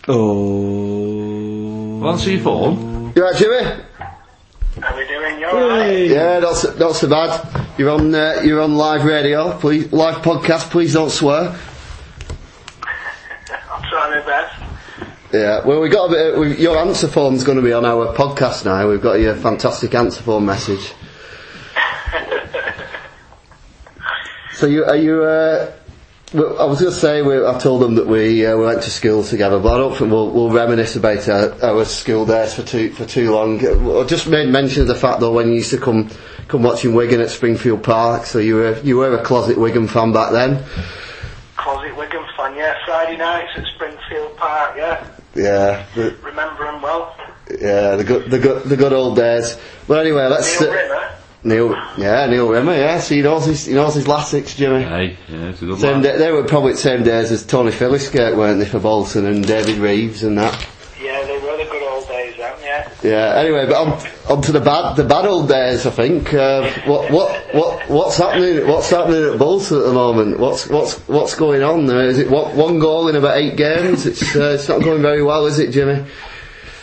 A: Oh.
C: Well, answer your phone.
D: You right, Jimmy?
H: How we doing? You alright?
D: Yeah, not so, not so bad. You're on uh, you're on live radio, please live podcast. Please don't
H: *laughs*
D: swear.
H: I'm trying my best.
D: Yeah, well, we got a bit. we your answer form's going to be on our podcast now. We've got your fantastic answer form message. so you are you? Uh, well, I was going to say we, I told them that we uh, we went to school together, but I don't think we'll, we'll reminisce about our, our school days for too for too long. I just made mention of the fact though when you used to come come watching Wigan at Springfield Park. So you were you were a closet Wigan fan back then.
H: Closet Wigan fan, yeah. Friday nights at Springfield Park, yeah.
D: Yeah, the,
H: Remember 'em well.
D: yeah, the good the good the good old days. But anyway, let's.
H: Neil Rimmer.
D: Neil, yeah, Neil Rimmer, yeah. So he knows his, he knows his Latics, Jimmy.
C: Hey, yeah, it's a good
D: Same
C: lad.
D: day, they were probably the same days as Tony Filliskate, weren't they, for Bolton and David Reeves and that.
H: Yeah, they were the good old days, then, yeah.
D: Yeah. Anyway, but on, on to the bad, the bad old days. I think. Uh, what, what, what, what's happening? What's happening at Bolton at the moment? What's, what's, what's going on there? Is it what, one goal in about eight games? It's, uh, it's not going very well, is it, Jimmy?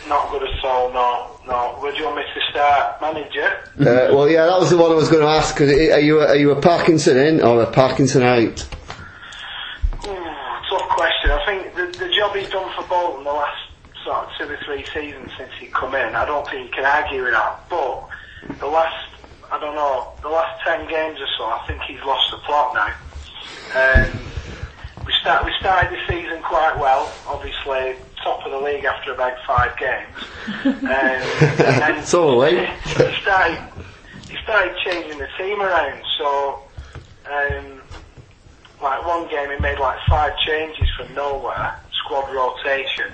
H: Not good at all, no. No. Where do you want me to start? Manager?
D: Uh, well, yeah, that was the one I was going to ask. 'cause i- are you, a- are you a Parkinson in or a Parkinson out?
H: Ooh, tough question. I think the, the job he's done for Bolton the last sort of two or three seasons since he come in, I don't think you can argue with that. But the last, I don't know, the last ten games or so, I think he's lost the plot now. Um, we start we started the season quite well, obviously top of the league after about five games. Um, and then
D: So are we.
H: he started he started changing the team around. So. Um, like one game he made like five changes from nowhere, squad rotation,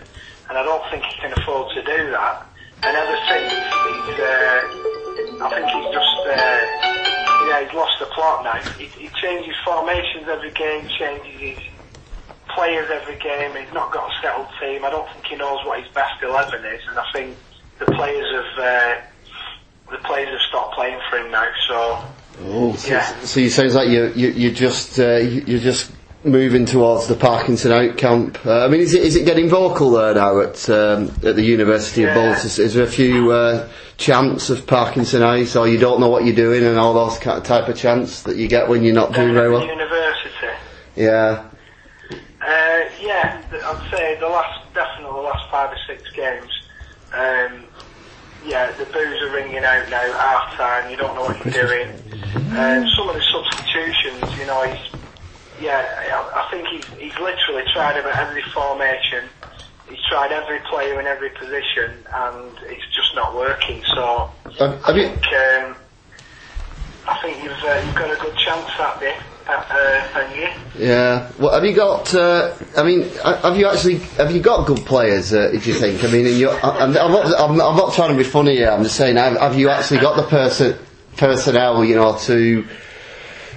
H: and I don't think he can afford to do that. And ever since he's, uh, I think he's just, uh, yeah, he's lost the plot now. He, he changes formations every game, changes his players every game. He's not got a settled team. I don't think he knows what his best eleven is, and I think the players have, uh, the players have stopped playing for him now. So.
D: Oh, so,
H: Yeah.
D: so it sounds like you, you, you're just uh, you- you're just moving towards the Parkinson out camp. Uh, I mean, is it is it getting vocal there now at um, at the University of
H: Yeah.
D: Bolton? Is, is there a few uh, chants of Parkinson out, or you don't know what you're doing, and all those ki type of chants that you get when you're not doing
H: down
D: very
H: at *laughs*
D: well?
H: University.
D: Yeah,
H: Uh, yeah, th- I'd say the last, definitely the last five or six games. Um, yeah, the boos are ringing out now. Half time, you don't know what you're doing. Um, some of the substitutions, you know, he's yeah, I, I think he's he's literally tried about every formation. He's tried every player in every position, and it's just not working. So
D: have, have you?
H: um, I think you've uh, you've got a good chance at it, at uh, thingy.
D: Yeah. Well, have you got? Uh, I mean, ha- have you actually? Have you got good players? Uh, if you think, I mean, in your, I- I'm, I'm, not, I'm, not- I'm not trying to be funny here. I'm just saying, have, have you actually got the person personnel, you know, to,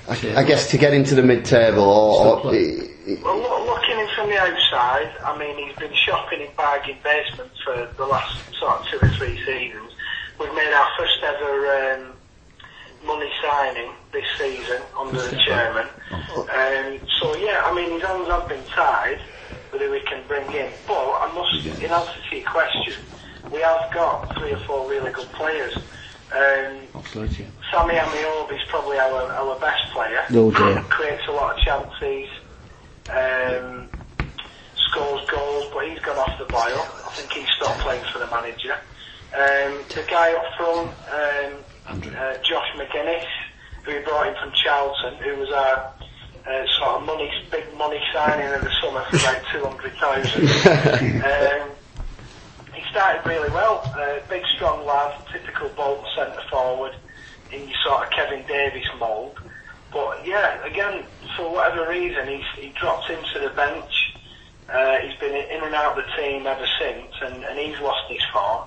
D: I, I guess, to get into the mid-table or, or
H: Well, look, looking in from the outside, I mean, he's been shopping in bargain basement for the last sort of two or three seasons. We've made our first ever um, money signing this season under the chairman. Um, so yeah, I mean, his hands have been tied whether we can bring in. But I must, in answer to your question, we have got three or four really good players. Um, Sammy Amiobi is probably our, our best player.
A: Oh, dear.
H: Creates a lot of chances. Um, scores goals, but he's gone off the boil. I think he stopped playing for the manager. Um, the guy up front, um, uh, Josh McGuinness, who we brought in from Charlton, who was our uh, sort of money, big money signing in the summer for
A: *laughs*
H: about 200,000. um, he started really well. Uh, big, strong lad, typical Bolton centre forward. in your sort of Kevin Davis mould. But yeah, again, for whatever reason, he's, he dropped into the bench. Uh, he's been in and out of the team ever since, and, and he's lost his form.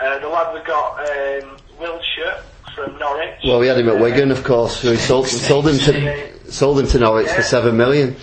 H: Uh, the lad we got, um, Wilshire from Norwich.
D: Well, we had him at Wigan, of course. Who he sold, sold him to sold him to Norwich for seven million.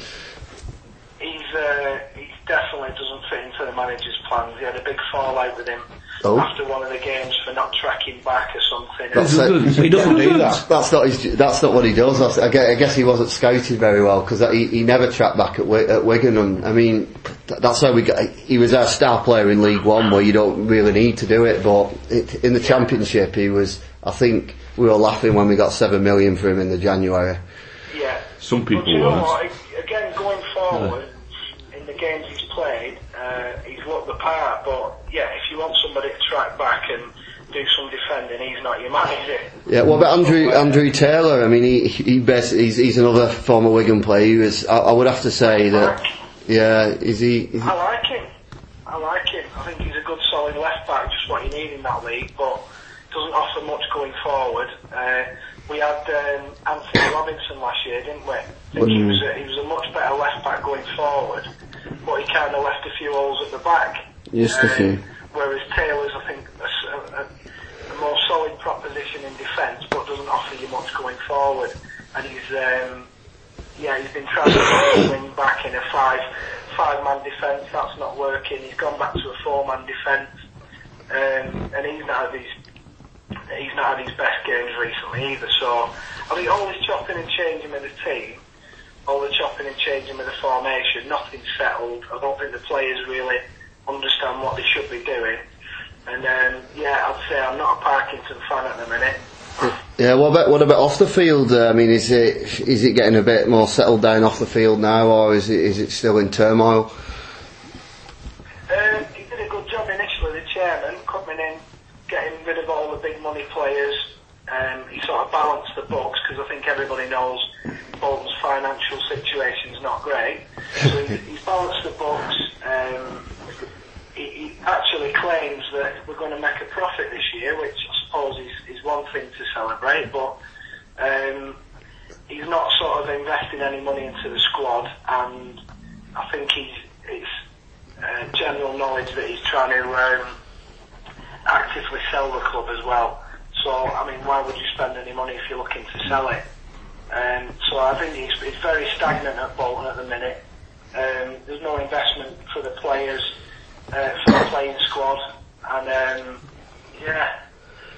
H: he's uh, he definitely doesn't fit into the manager's plans. He had a big fallout with him
D: Oh.
H: after one of the games for not tracking back or something.
D: That's it.
A: He doesn't do that.
D: *laughs* That's not his, that's not what he does. That's, I, guess, I guess he wasn't scouted very well because he, he never tracked back at, Wi- at Wigan. And I mean, th- that's how we got. He was our star player in League One, where you don't really need to do it. But it, in the Championship, he was. I think we were laughing when we got seven million for him in the January.
H: Yeah.
C: Some
H: But
C: people
H: you know
C: weren't.
H: what? Again, going forward in the games he's played, uh, he's looked the part. But yeah, if you want somebody to track back and do some defending, he's not your manager.
D: Yeah, what about Andrew Andrew Taylor? I mean, he he best, he's he's another former Wigan player. He was. I, I would have to say that. Yeah, is he? Is he
H: I like him. I like him. I think he's a good, solid left back, just what you need in that league, but doesn't offer much going forward. Uh, we had um, Anthony Robinson last year, didn't we? I think
G: Mm.
H: he was a, he was a much better left back going forward, but he kind of left a few holes at the back. Uh,
G: Just a few.
H: Whereas Taylor's, I think, a s- a, a- a more solid proposition in defence, but doesn't offer you much going forward. And he's, um, yeah, he's been trying *coughs* to wing back in a five five man defence. That's not working. He's gone back to a four man defence, um, and he's not had his he's not had his best games recently either. So I think all this chopping and changing of the team, all the chopping and changing of the formation, nothing's settled. I don't think the players really understand what they should be doing. And um, yeah, I'd say I'm not a Parkinson fan at the minute.
D: Yeah, what about what about off the field? Uh, I mean, is it is it getting a bit more settled down off the field now, or is it is it still in turmoil?
H: Um, he did a good job initially, the chairman, coming in, getting rid of all the big money players. Um, he sort of balanced the books because I think everybody knows Bolton's financial situation's not great. So he, he's balanced the books. Um, he, he actually claims that we're going to make a profit this year, which I suppose is, is one thing to celebrate, but um, he's not sort of investing any money into the squad, and I think he's it's uh, general knowledge that he's trying to um, actively sell the club as well. So I mean, why would you spend any money if you're looking to sell it? Um, so I think it's, it's very stagnant at Bolton at the minute. Um, there's no investment for the players, uh, for the playing squad, and um, yeah,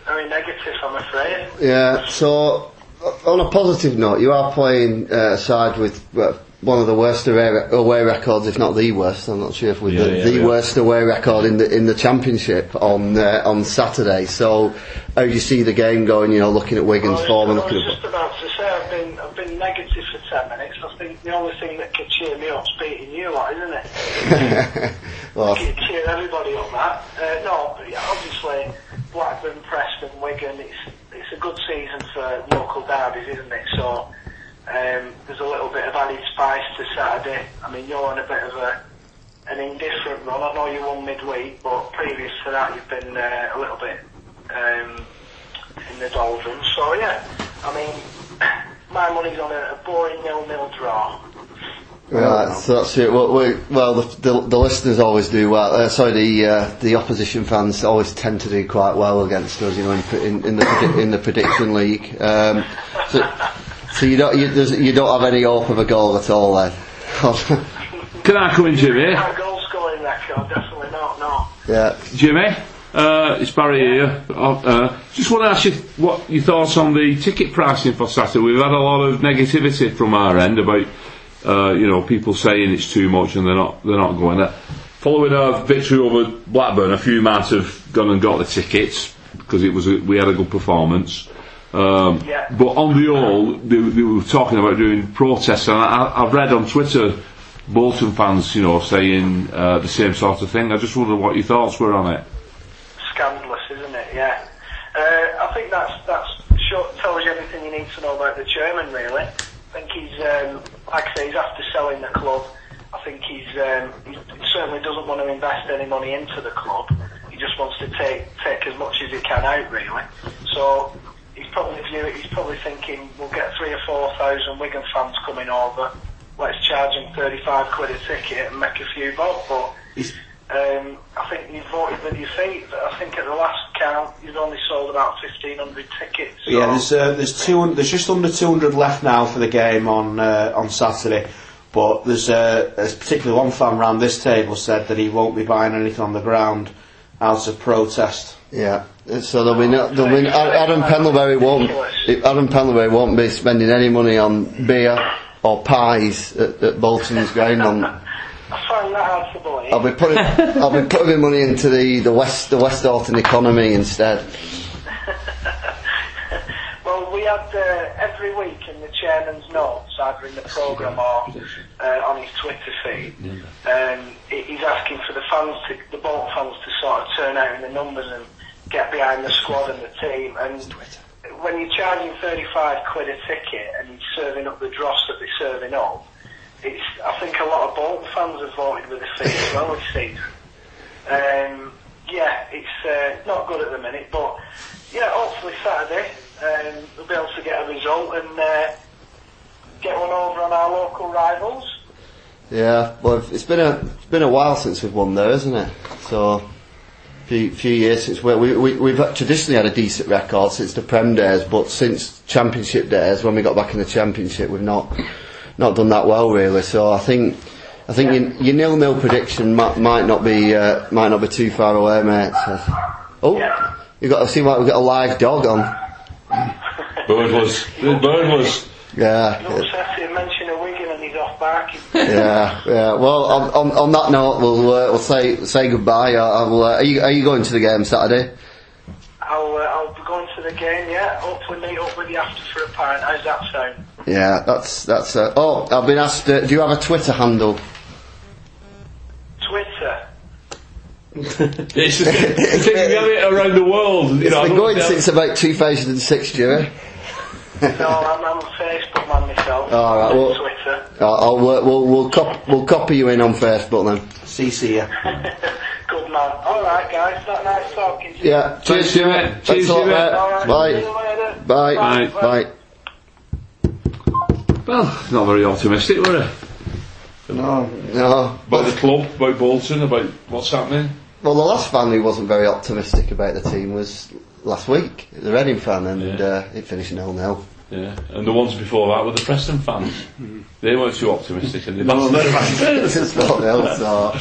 H: very negative, I'm afraid.
D: Yeah. So, o- on a positive note, you are playing uh, a side with uh, one of the worst away, re- away records, if not the worst. I'm not sure if we're
C: Yeah,
D: the,
C: yeah,
D: the
C: we are.
D: worst away record in the in the championship on uh, on Saturday. So, how do you see the game going? You know, looking at Wigan's
H: Well,
D: form and
H: I was
D: looking at
H: just about to say I've been I've been negative for ten minutes. I think the only thing that could cheer me up is beating you lot, isn't it?
D: *laughs* well,
H: Could cheer everybody up that. Uh, no, but yeah, obviously Blackburn, Preston, Wigan. It's it's a good season for local derbies, isn't it? So um, there's a little bit of added spice to Saturday. I mean, you're on a bit of a an indifferent run. I know you won midweek, but previous to that, you've been uh, a little bit um, in the doldrums. So yeah, I mean, *coughs* my money's on a, a boring nil-nil draw.
D: Right, so that's it. Well, we, well the, the, the listeners always do well. Uh, sorry, the uh, the opposition fans always tend to do quite well against us, you know, in, pre- in, in the predi- in the prediction league. Um, so, so you don't you, there's- you don't have any hope of a goal at all then. *laughs*
C: Can I come in, Jimmy?
H: My goal scoring record, definitely not. No.
D: yeah,
C: Jimmy, uh, it's Barry here. Uh, uh, just want to ask you what your thoughts on the ticket pricing for Saturday. We've had a lot of negativity from our end about uh, you know people saying it's too much and they're not they're not going there. Following our victory over Blackburn, a few might have gone and got the tickets because it was a, we had a good performance. Um,
H: Yeah.
C: But on the whole, they, they were talking about doing protests, and I, I've read on Twitter Bolton fans, you know, saying uh, the same sort of thing. I just wonder what your thoughts were on it.
H: scandalous, isn't it? Yeah. Uh, I think that's that's short, tells you everything you need to know about the chairman, really. I think he's, um, like I say, he's after selling the club. I think he's um, he certainly doesn't want to invest any money into the club. He just wants to take take as much as he can out, really. So he's probably view it, he's probably thinking we'll get three or four thousand Wigan fans coming over. Let's charge them thirty-five quid a ticket and make a few bob. But um, I think you voted with your feet. But I think at the last count, you've only sold about fifteen hundred tickets.
G: But yeah,
H: So-
G: there's uh, there's two hun- there's just under 200 left now for the game on uh, on Saturday, but there's uh, there's particularly one fan round this table said that he won't be buying anything on the ground out of protest.
D: Yeah, and so there'll be no, there'll be, Ad- Adam Pendlebury won't if Adam Pendlebury won't be spending any money on beer or pies at, at Bolton's game. On
H: I find that hard to believe.
D: I'll be putting I'll be putting money into the, the West the West Orton economy instead.
H: Well, we had uh, every week in the chairman's notes, either in the programme or uh, on his Twitter feed, um, he- he's asking for the fans, to, the Bolt fans, to sort of turn out in the numbers and get behind the squad and the team. And when you're charging 35 quid a ticket and you're serving up the dross that they're serving up, it's, I think a lot of Bolton fans have voted with the feet as well this season. Um, yeah, it's uh, not good at the minute, but yeah, hopefully Saturday um, we'll be able to get a result and uh, get one over on our local rivals.
D: Yeah, well it's been a it's been a while since we've won there, isn't it? So few few years since we, we, we we've had- traditionally had a decent record since the Prem days, but since Championship days when we got back in the Championship, we've not not done that well really. So I think I think your, your nil nil prediction might, might not be uh, might not be too far away, mate. So- Oh,
H: Yeah.
D: you got to see what we've got a live dog on.
C: Birdless. Birdless.
D: Yeah.
H: Don't have to mention a Wigan and he's
D: *laughs*
H: off barking.
D: yeah, yeah. Well, on, on, on that note, we'll uh, we'll say say goodbye. I- I'll, uh, are you are you going to the game Saturday?
H: I'll uh, I'll be going to the game. Yeah, hopefully meet up with you after for a pint. How's that sound?
D: Yeah, that's that's. Uh, oh, I've been asked. Uh, do you have a Twitter handle? *laughs*
H: Twitter.
C: It's just, it's just it around the world. You
D: It's
C: know, I
D: been
C: don't
D: going
C: tell-
D: since about 2006, Jerry.
H: No, I'm, I'm a Facebook man myself.
D: All right, well-
H: Twitter.
D: I'll, I'll uh, we'll we'll, cop, we'll copy you in on Facebook then.
G: CC ya.
H: *laughs* Good man. All right, guys. Not nice talking to you.
D: Yeah.
C: Thanks,
D: Cheers,
C: Stuart.
D: Stuart. Thanks
C: Cheers,
D: a lot,
C: Stuart.
D: mate.
H: All right. See you
D: Bye.
H: later.
D: Bye.
C: Bye.
D: Bye.
C: Well, not very optimistic, were it?
D: No.
C: About the club, about Bolton, about what's happening.
D: Well, the last fan who wasn't very optimistic about the team was last week, the Reading fan, and
C: Yeah.
D: uh, it finished nil nil.
C: Yeah, and the ones before that were the Preston fans. they weren't too optimistic, and they bounced their fans.
D: It's not nil, so.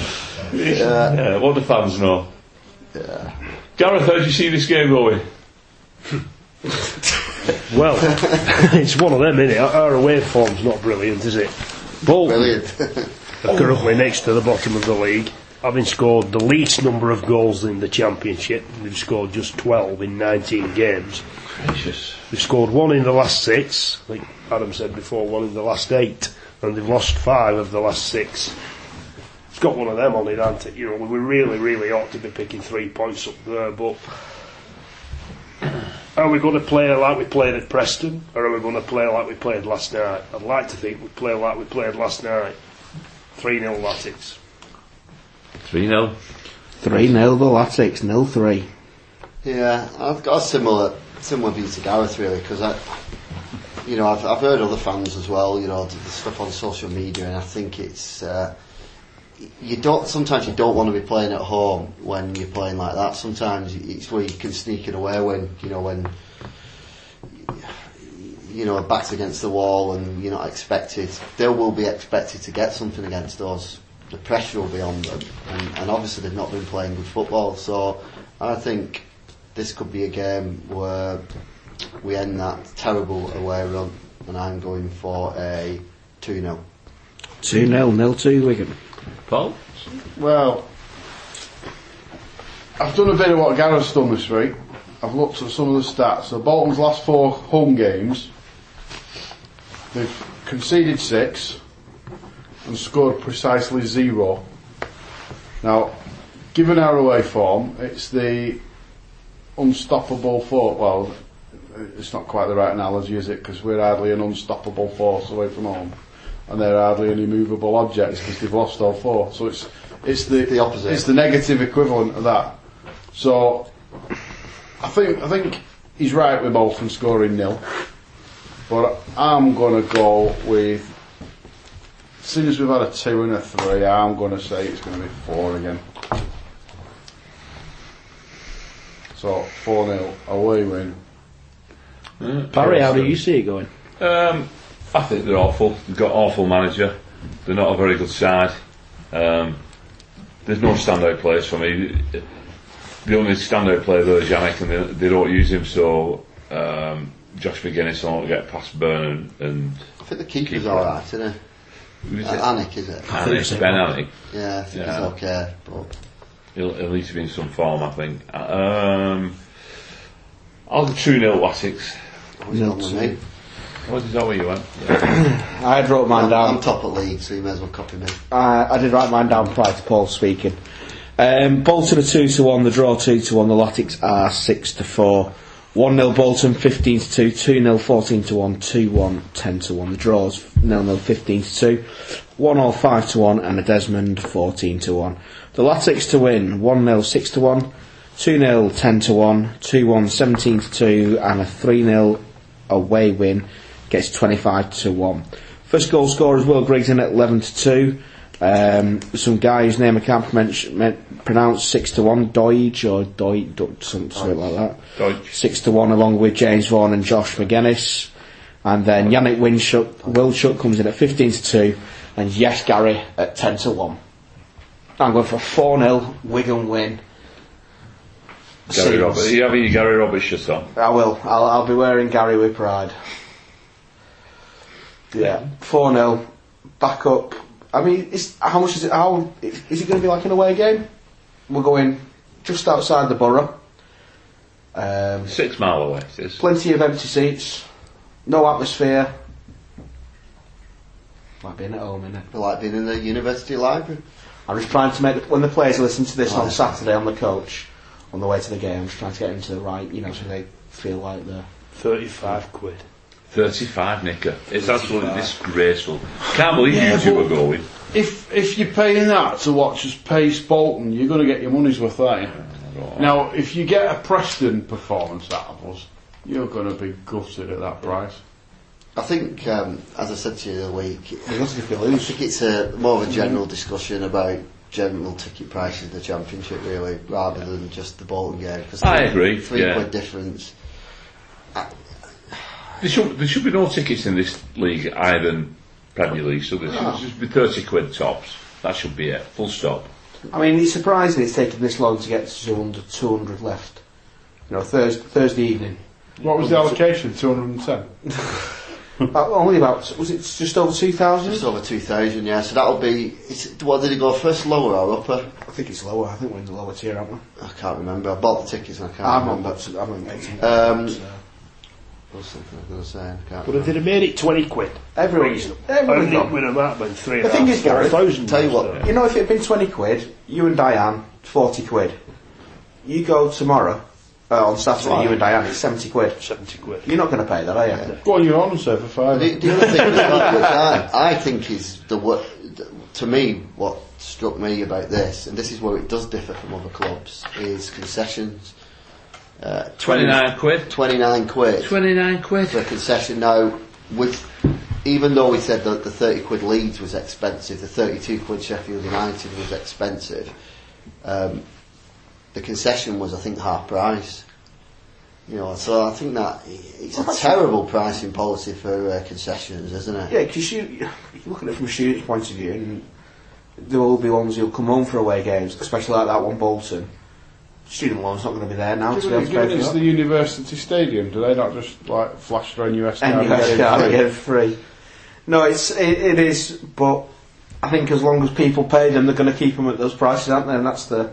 C: yeah, what the fans know. Gareth, how did you see this game going?
F: Well, *laughs* it's one of them, isn't it? Our away form's not brilliant, is it? Bolton
D: Brilliant.
F: are currently next to the bottom of the league, having scored the least number of goals in the Championship. They've scored just 12 in 19 games.
C: Gracious.
F: They've scored one in the last six, like Adam said before, one in the last eight, and they've lost five of the last six. It's got one of them on it, hasn't it? You know, we really, really ought to be picking three points up there, but are we going to play like we played at Preston, or are we going to play like we played last night? I'd like to think we play like we played last night. 3 0 Latics.
C: 3 0.
G: 3 0 the Latics, 0 3.
D: Yeah, I've got a similar similar view to Gareth really because I, you know, I've, I've heard other fans as well. You know, the the stuff on social media, and I think it's uh, y- you don't sometimes you don't want to be playing at home when you're playing like that. Sometimes it's where you can sneak it away when you know when you know backs against the wall and you're not expected. They will be expected to get something against us. The pressure will be on them, and, and obviously they've not been playing good football. So I think this could be a game where we end that terrible away run, and I'm going for a two 0
G: 2 0, 0 2 Wigan.
C: Paul?
E: Well, I've done a bit of what Gareth's done this week. I've looked at some of the stats. So Bolton's last four home games, they've conceded six and scored precisely zero. Now, given our away form, it's the unstoppable force. Well, it's not quite the right analogy, is it? Because we're hardly an unstoppable force away from home, and they're hardly an immovable objects because they've lost all four. So it's it's the,
D: The opposite.
E: It's the negative equivalent of that. So I think I think he's right with Bolton scoring nil, but I'm going to go with. As soon as we've had a two and a three, I'm going to say it's going to be four again. So four 0 away win.
A: Barry, how do you see it going?
C: Um, I think they're awful. They've got awful manager. They're not a very good side. Um, there's no standout players for me. The only standout player there is Yannick, and they, they don't use him. So um, Josh McGuinness won't get past Burn and, and
D: I think the keeper's
C: Keeper.
D: alright, isn't he?
C: who is it?
D: Uh, Anik, is it?
C: Anik, Ben Anik.
D: Yeah, I think
C: Yeah.
D: he's okay, but
C: He'll, he'll need to be in some form, I think. Um, I'll go 2 0 Wessex.
D: he's on with me.
C: What is that where you went? Yeah.
G: I had wrote mine
D: I'm, I'm
A: um,
G: down.
D: top of league, so you may as well copy me.
G: I, I did write mine down prior to Paul speaking.
A: Um, Bolton are 2 to 1, the draw 2 to 1, the Latics are 6 to 4. 1 0 Bolton, 15 to 2, 2 0, 14 to 1, 2 1, 10 to 1. The draws 0 0, 15 to 2, 1 0, 5 to 1, and a Desmond 14 to 1. The Latics to win 1 0, 6 to 1, 2 0, 10 to 1, 2 1, 17 to 2, and a 3 0 away win gets 25 to 1. First goal scorer is Will Griggs in at 11 to 2. Um, some guy whose name I can't pronounce, men- pronounce 6 to 1, Deutsch or Deutsch, something, something like that.
C: Deutsch.
A: 6 to 1 along with James Vaughan and Josh McGuinness. And then Yannick Winshut, Wilshut comes in at 15 to 2. And yes, Gary at 10 to 1. I'm going for 4 0, Wigan win.
C: Gary
A: Seals.
C: Roberts. You have your Gary Roberts shirt on.
G: I will. I'll, I'll be wearing Gary with pride. Yeah, four 0 back up. I mean, it's, how much is it? How is it going to be like an away game? We're going just outside the borough. Um,
C: Six mile away. it is.
G: plenty of empty seats, no atmosphere. Like being at home, innit?
D: But like being in the university library.
G: I'm just trying to make the, when the players listen to this on
D: Right.
G: Saturday on the coach on the way to the game. I'm just trying to get them to the right, you know, so they feel like they're.
F: 35 quid.
C: 35 knicker. It's absolutely disgraceful. Can't believe you two were going.
E: If if you're paying that to watch us pace Bolton, you're going to get your money's worth, aren't you? Now, if you get a Preston performance out of us, you're going to be gutted at that price.
D: I think, um, as I said to you the other week,
G: They're not if they
D: I
G: lose.
D: think it's a more
C: Mm-hmm.
D: of a general discussion about general ticket prices in the championship, really, rather than just the Bolton game. 'cause
C: I
D: three-
C: agree,
D: Three
C: yeah.
D: quid difference.
C: There should, there should be no tickets in this league, either than Premier League, so there should just be 30 quid tops. That should be it. Full stop.
G: I mean, it's surprising it's taken this long to get to under 200 left. You know, Thursday, Thursday evening.
E: What was the allocation? Two hundred and ten.
G: about, only about, was it just over
D: Just
G: 2,000?
D: over 2,000, yeah. So that'll be. It's, what did it go first, lower or upper?
G: I think it's lower. I think we're in the lower tier, aren't we?
D: I can't remember. I bought the tickets and I can't
G: I'm on
D: remember.
G: that. I'm on that.
D: Um,
G: So,
D: What was something I was going to say? and I can't
F: But
D: remember.
F: if they'd have made it 20 quid,
G: everyone, everyone
F: and it
G: got,
F: would have that been three
G: The thing is, Gary,
D: tell you what,
G: You know, if it had been 20 quid, you and Diane, 40 quid. You go tomorrow, uh, on Saturday, you and Diane, it's 70 quid.
F: 70 quid.
G: You're not going to pay that, are you?
E: Go on, you're on, sir, for five.
D: The, the other thing as well, which I, I think is the wor- the- to me what struck me about this, and this is where it does differ from other clubs, is concessions. Uh,
C: 29 quid.
D: 29 quid
C: 29 quid.
D: for a concession now. With even though we said that the 30 quid Leeds was expensive, the 32 quid Sheffield United was expensive. Um, the concession was, I think, half price. You know, so I think that i- it's a terrible pricing policy for uh, concessions, isn't it?
G: Yeah, because you, you look at it from a student's point of view, and there will be ones who'll come home for away games, especially like that one Bolton. Student loan's not going to be there now to be able to
E: Given
G: pay
E: it's
G: for
E: the
G: that.
E: university stadium, do they not just like flash their NUS card?
G: And you
E: and
G: have
E: get
G: to
E: in
G: carry
E: free?
G: it free. No, it's it, it is, but I think as long as people pay them, they're going to keep them at those prices, aren't they? And that's the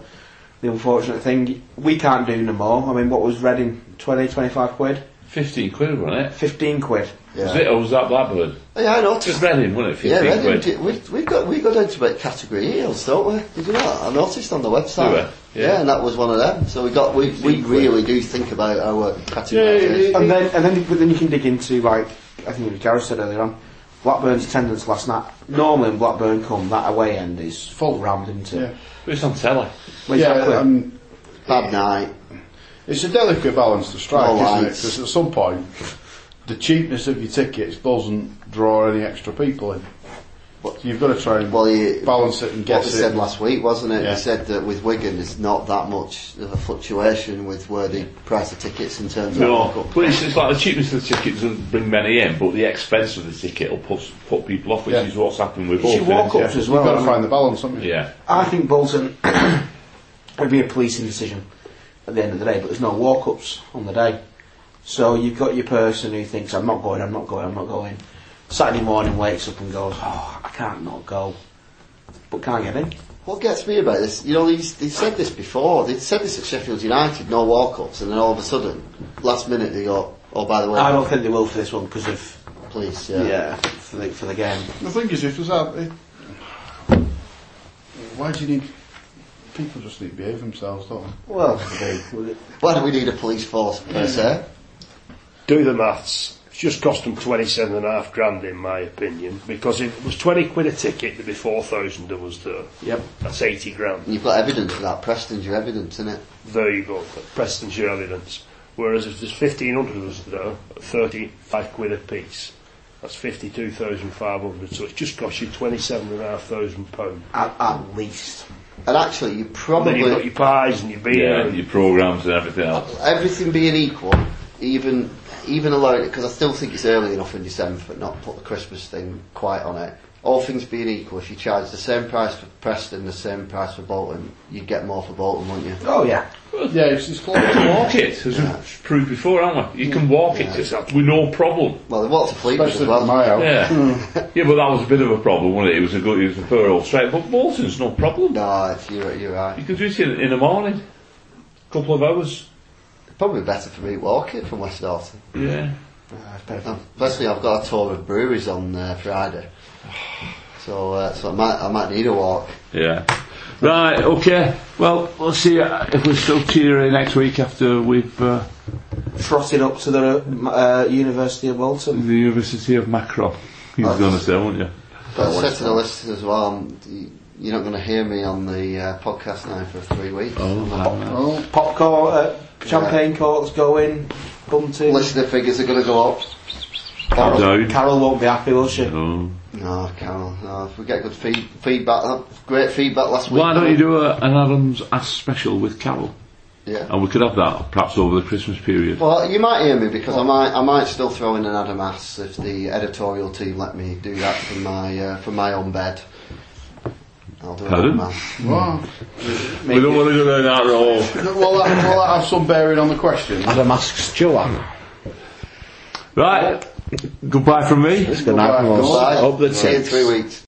G: the unfortunate thing. We can't do no more. I mean, what was Reading? 20, 25 quid?
C: 15 quid, wasn't it?
G: 15 quid.
C: Was
D: Yeah,
C: it, or was that Blackburn?
D: yeah I noticed.
C: Just Reading, wasn't it? 15
D: Yeah, Reading,
C: quid.
D: did- we, we got we got down to about category heels, don't we? Did you not? I noticed on the website.
C: Do we? Yeah.
D: and that was one of them. So we got we, we really do think about our category.
G: And then, and then, but then you can dig into like I think it was Gareth said earlier on. Blackburn's attendance last night. Normally, when Blackburn come that away end is full rammed, isn't it?
E: Yeah.
C: It was on telly.
G: Well,
E: Yeah, um,
G: exactly.
E: and
D: Bad night.
E: It's a delicate balance to strike,
D: All
E: isn't it?
D: right.
E: Because at some point, the cheapness of your tickets doesn't draw any extra people in. You've got to try and
D: Well, you,
E: balance it and
D: what
E: guess
D: they
E: it.
D: said last week, wasn't it?
E: Yeah.
D: They said that with Wigan, it's not that much of a fluctuation with where the price of tickets in terms of
C: No,
D: markup.
C: but it's, it's like the cheapness of the ticket doesn't bring many in, but the expense of the ticket will put, put people off, which
E: Yeah.
C: is what's happened with
G: It's your
C: us.
E: Yeah.
G: walk-ups as well.
E: You've got
G: I
E: to
G: mean,
E: find the balance, haven't you?
C: Yeah.
G: I think Bolton *coughs* would be a policing decision at the end of the day, but there's no walk ups on the day. So you've got your person who thinks, I'm not going, I'm not going, I'm not going. Saturday morning wakes up and goes, Oh, I can't not go, but can't get in.
D: What gets me about this, you know, these, they've said this before. They said this at Sheffield United, no walk-ups, and then all of a sudden, last minute, they go, oh, by the way,
G: I don't think they will for this one because of,
D: please,
G: yeah,
D: yeah.
G: for, the, for the game.
E: The thing is, if there's that, it, why do you need people just need to behave themselves, don't they?
G: *laughs*
D: Well, why do we need a police force per se?
F: do the maths. It's just cost them 27 and a half grand, in my opinion, because if it was 20 quid a ticket, there'd be 4,000 of us there.
G: Yep.
F: That's 80 grand.
D: And you've got evidence of that. Preston's your evidence, isn't it?
F: There you go. Preston's your evidence. Whereas if there's 1,500 of us there, at 35 quid a piece, that's 52,500. So it's just cost you 27 and a half thousand pounds.
G: At, at least.
D: And actually, you
F: Then you've got
D: probably
F: your pies and your beer.
C: Yeah,
F: and
C: your programmes and everything else.
D: everything being equal, even even allowing because I still think it's early enough in December, but not put the Christmas thing quite on it. All things being equal, if you charge the same price for Preston, the same price for Bolton, you'd get more for Bolton, wouldn't you?
G: Oh, yeah.
E: Yeah, it's, it's close. *coughs*
C: Walk it, as we've proved before, haven't we? You can walk it with no problem.
D: Well, they walked to Fleetwood as
E: Especially
D: well.
E: from my house.
C: Yeah, yeah, but that was a bit of a problem, wasn't it? It was a good, it was a poor old straight. But Bolton's no problem.
D: No, if you're, you're
C: You
D: right.
C: can do it in, in the morning, couple of hours.
D: Probably better for me walking from West Orton.
C: Yeah,
G: Ah, it's better
D: Um,
G: than-
D: Personally, I've got a tour of breweries on uh, Friday, so uh, so I might I might need a walk.
C: yeah. Right, okay. Well, we'll see if we're still cheery next week after we've uh,
G: Trotted up to the uh, University of Bolton.
C: the University of Macron. He's
D: Oh.
C: going to say, won't you?
D: But I said to the listeners as well, um, y- you're not going to hear me on the uh, podcast now for three weeks.
E: Oh,
G: Popcorn, uh, champagne corks going, bunting.
D: Listener figures are going to go up.
C: Calm down.
G: Carol won't be happy, will she?
C: No.
D: No, Carol. No, if we get good feed, feedback, uh, great feedback last week.
C: Why don't you do a, an Adams Ask special with Carol?
D: Yeah.
C: And we could have that perhaps over the Christmas period.
D: Well, you might hear me because I might I might still throw in an Adam Ass if the editorial team let me do that from my uh, from my own bed. I'll do an
C: Pardon?
D: Adam Ass.
E: wow.
C: we don't want to go down that road.
E: will, that, will that have some bearing on the question?
A: Adam asks Joanne.
C: Right. Goodbye from me.
A: Good night,
E: Goodbye.
A: Ross.
D: Bye.
A: Up the
D: See you in
A: tits.
D: three weeks.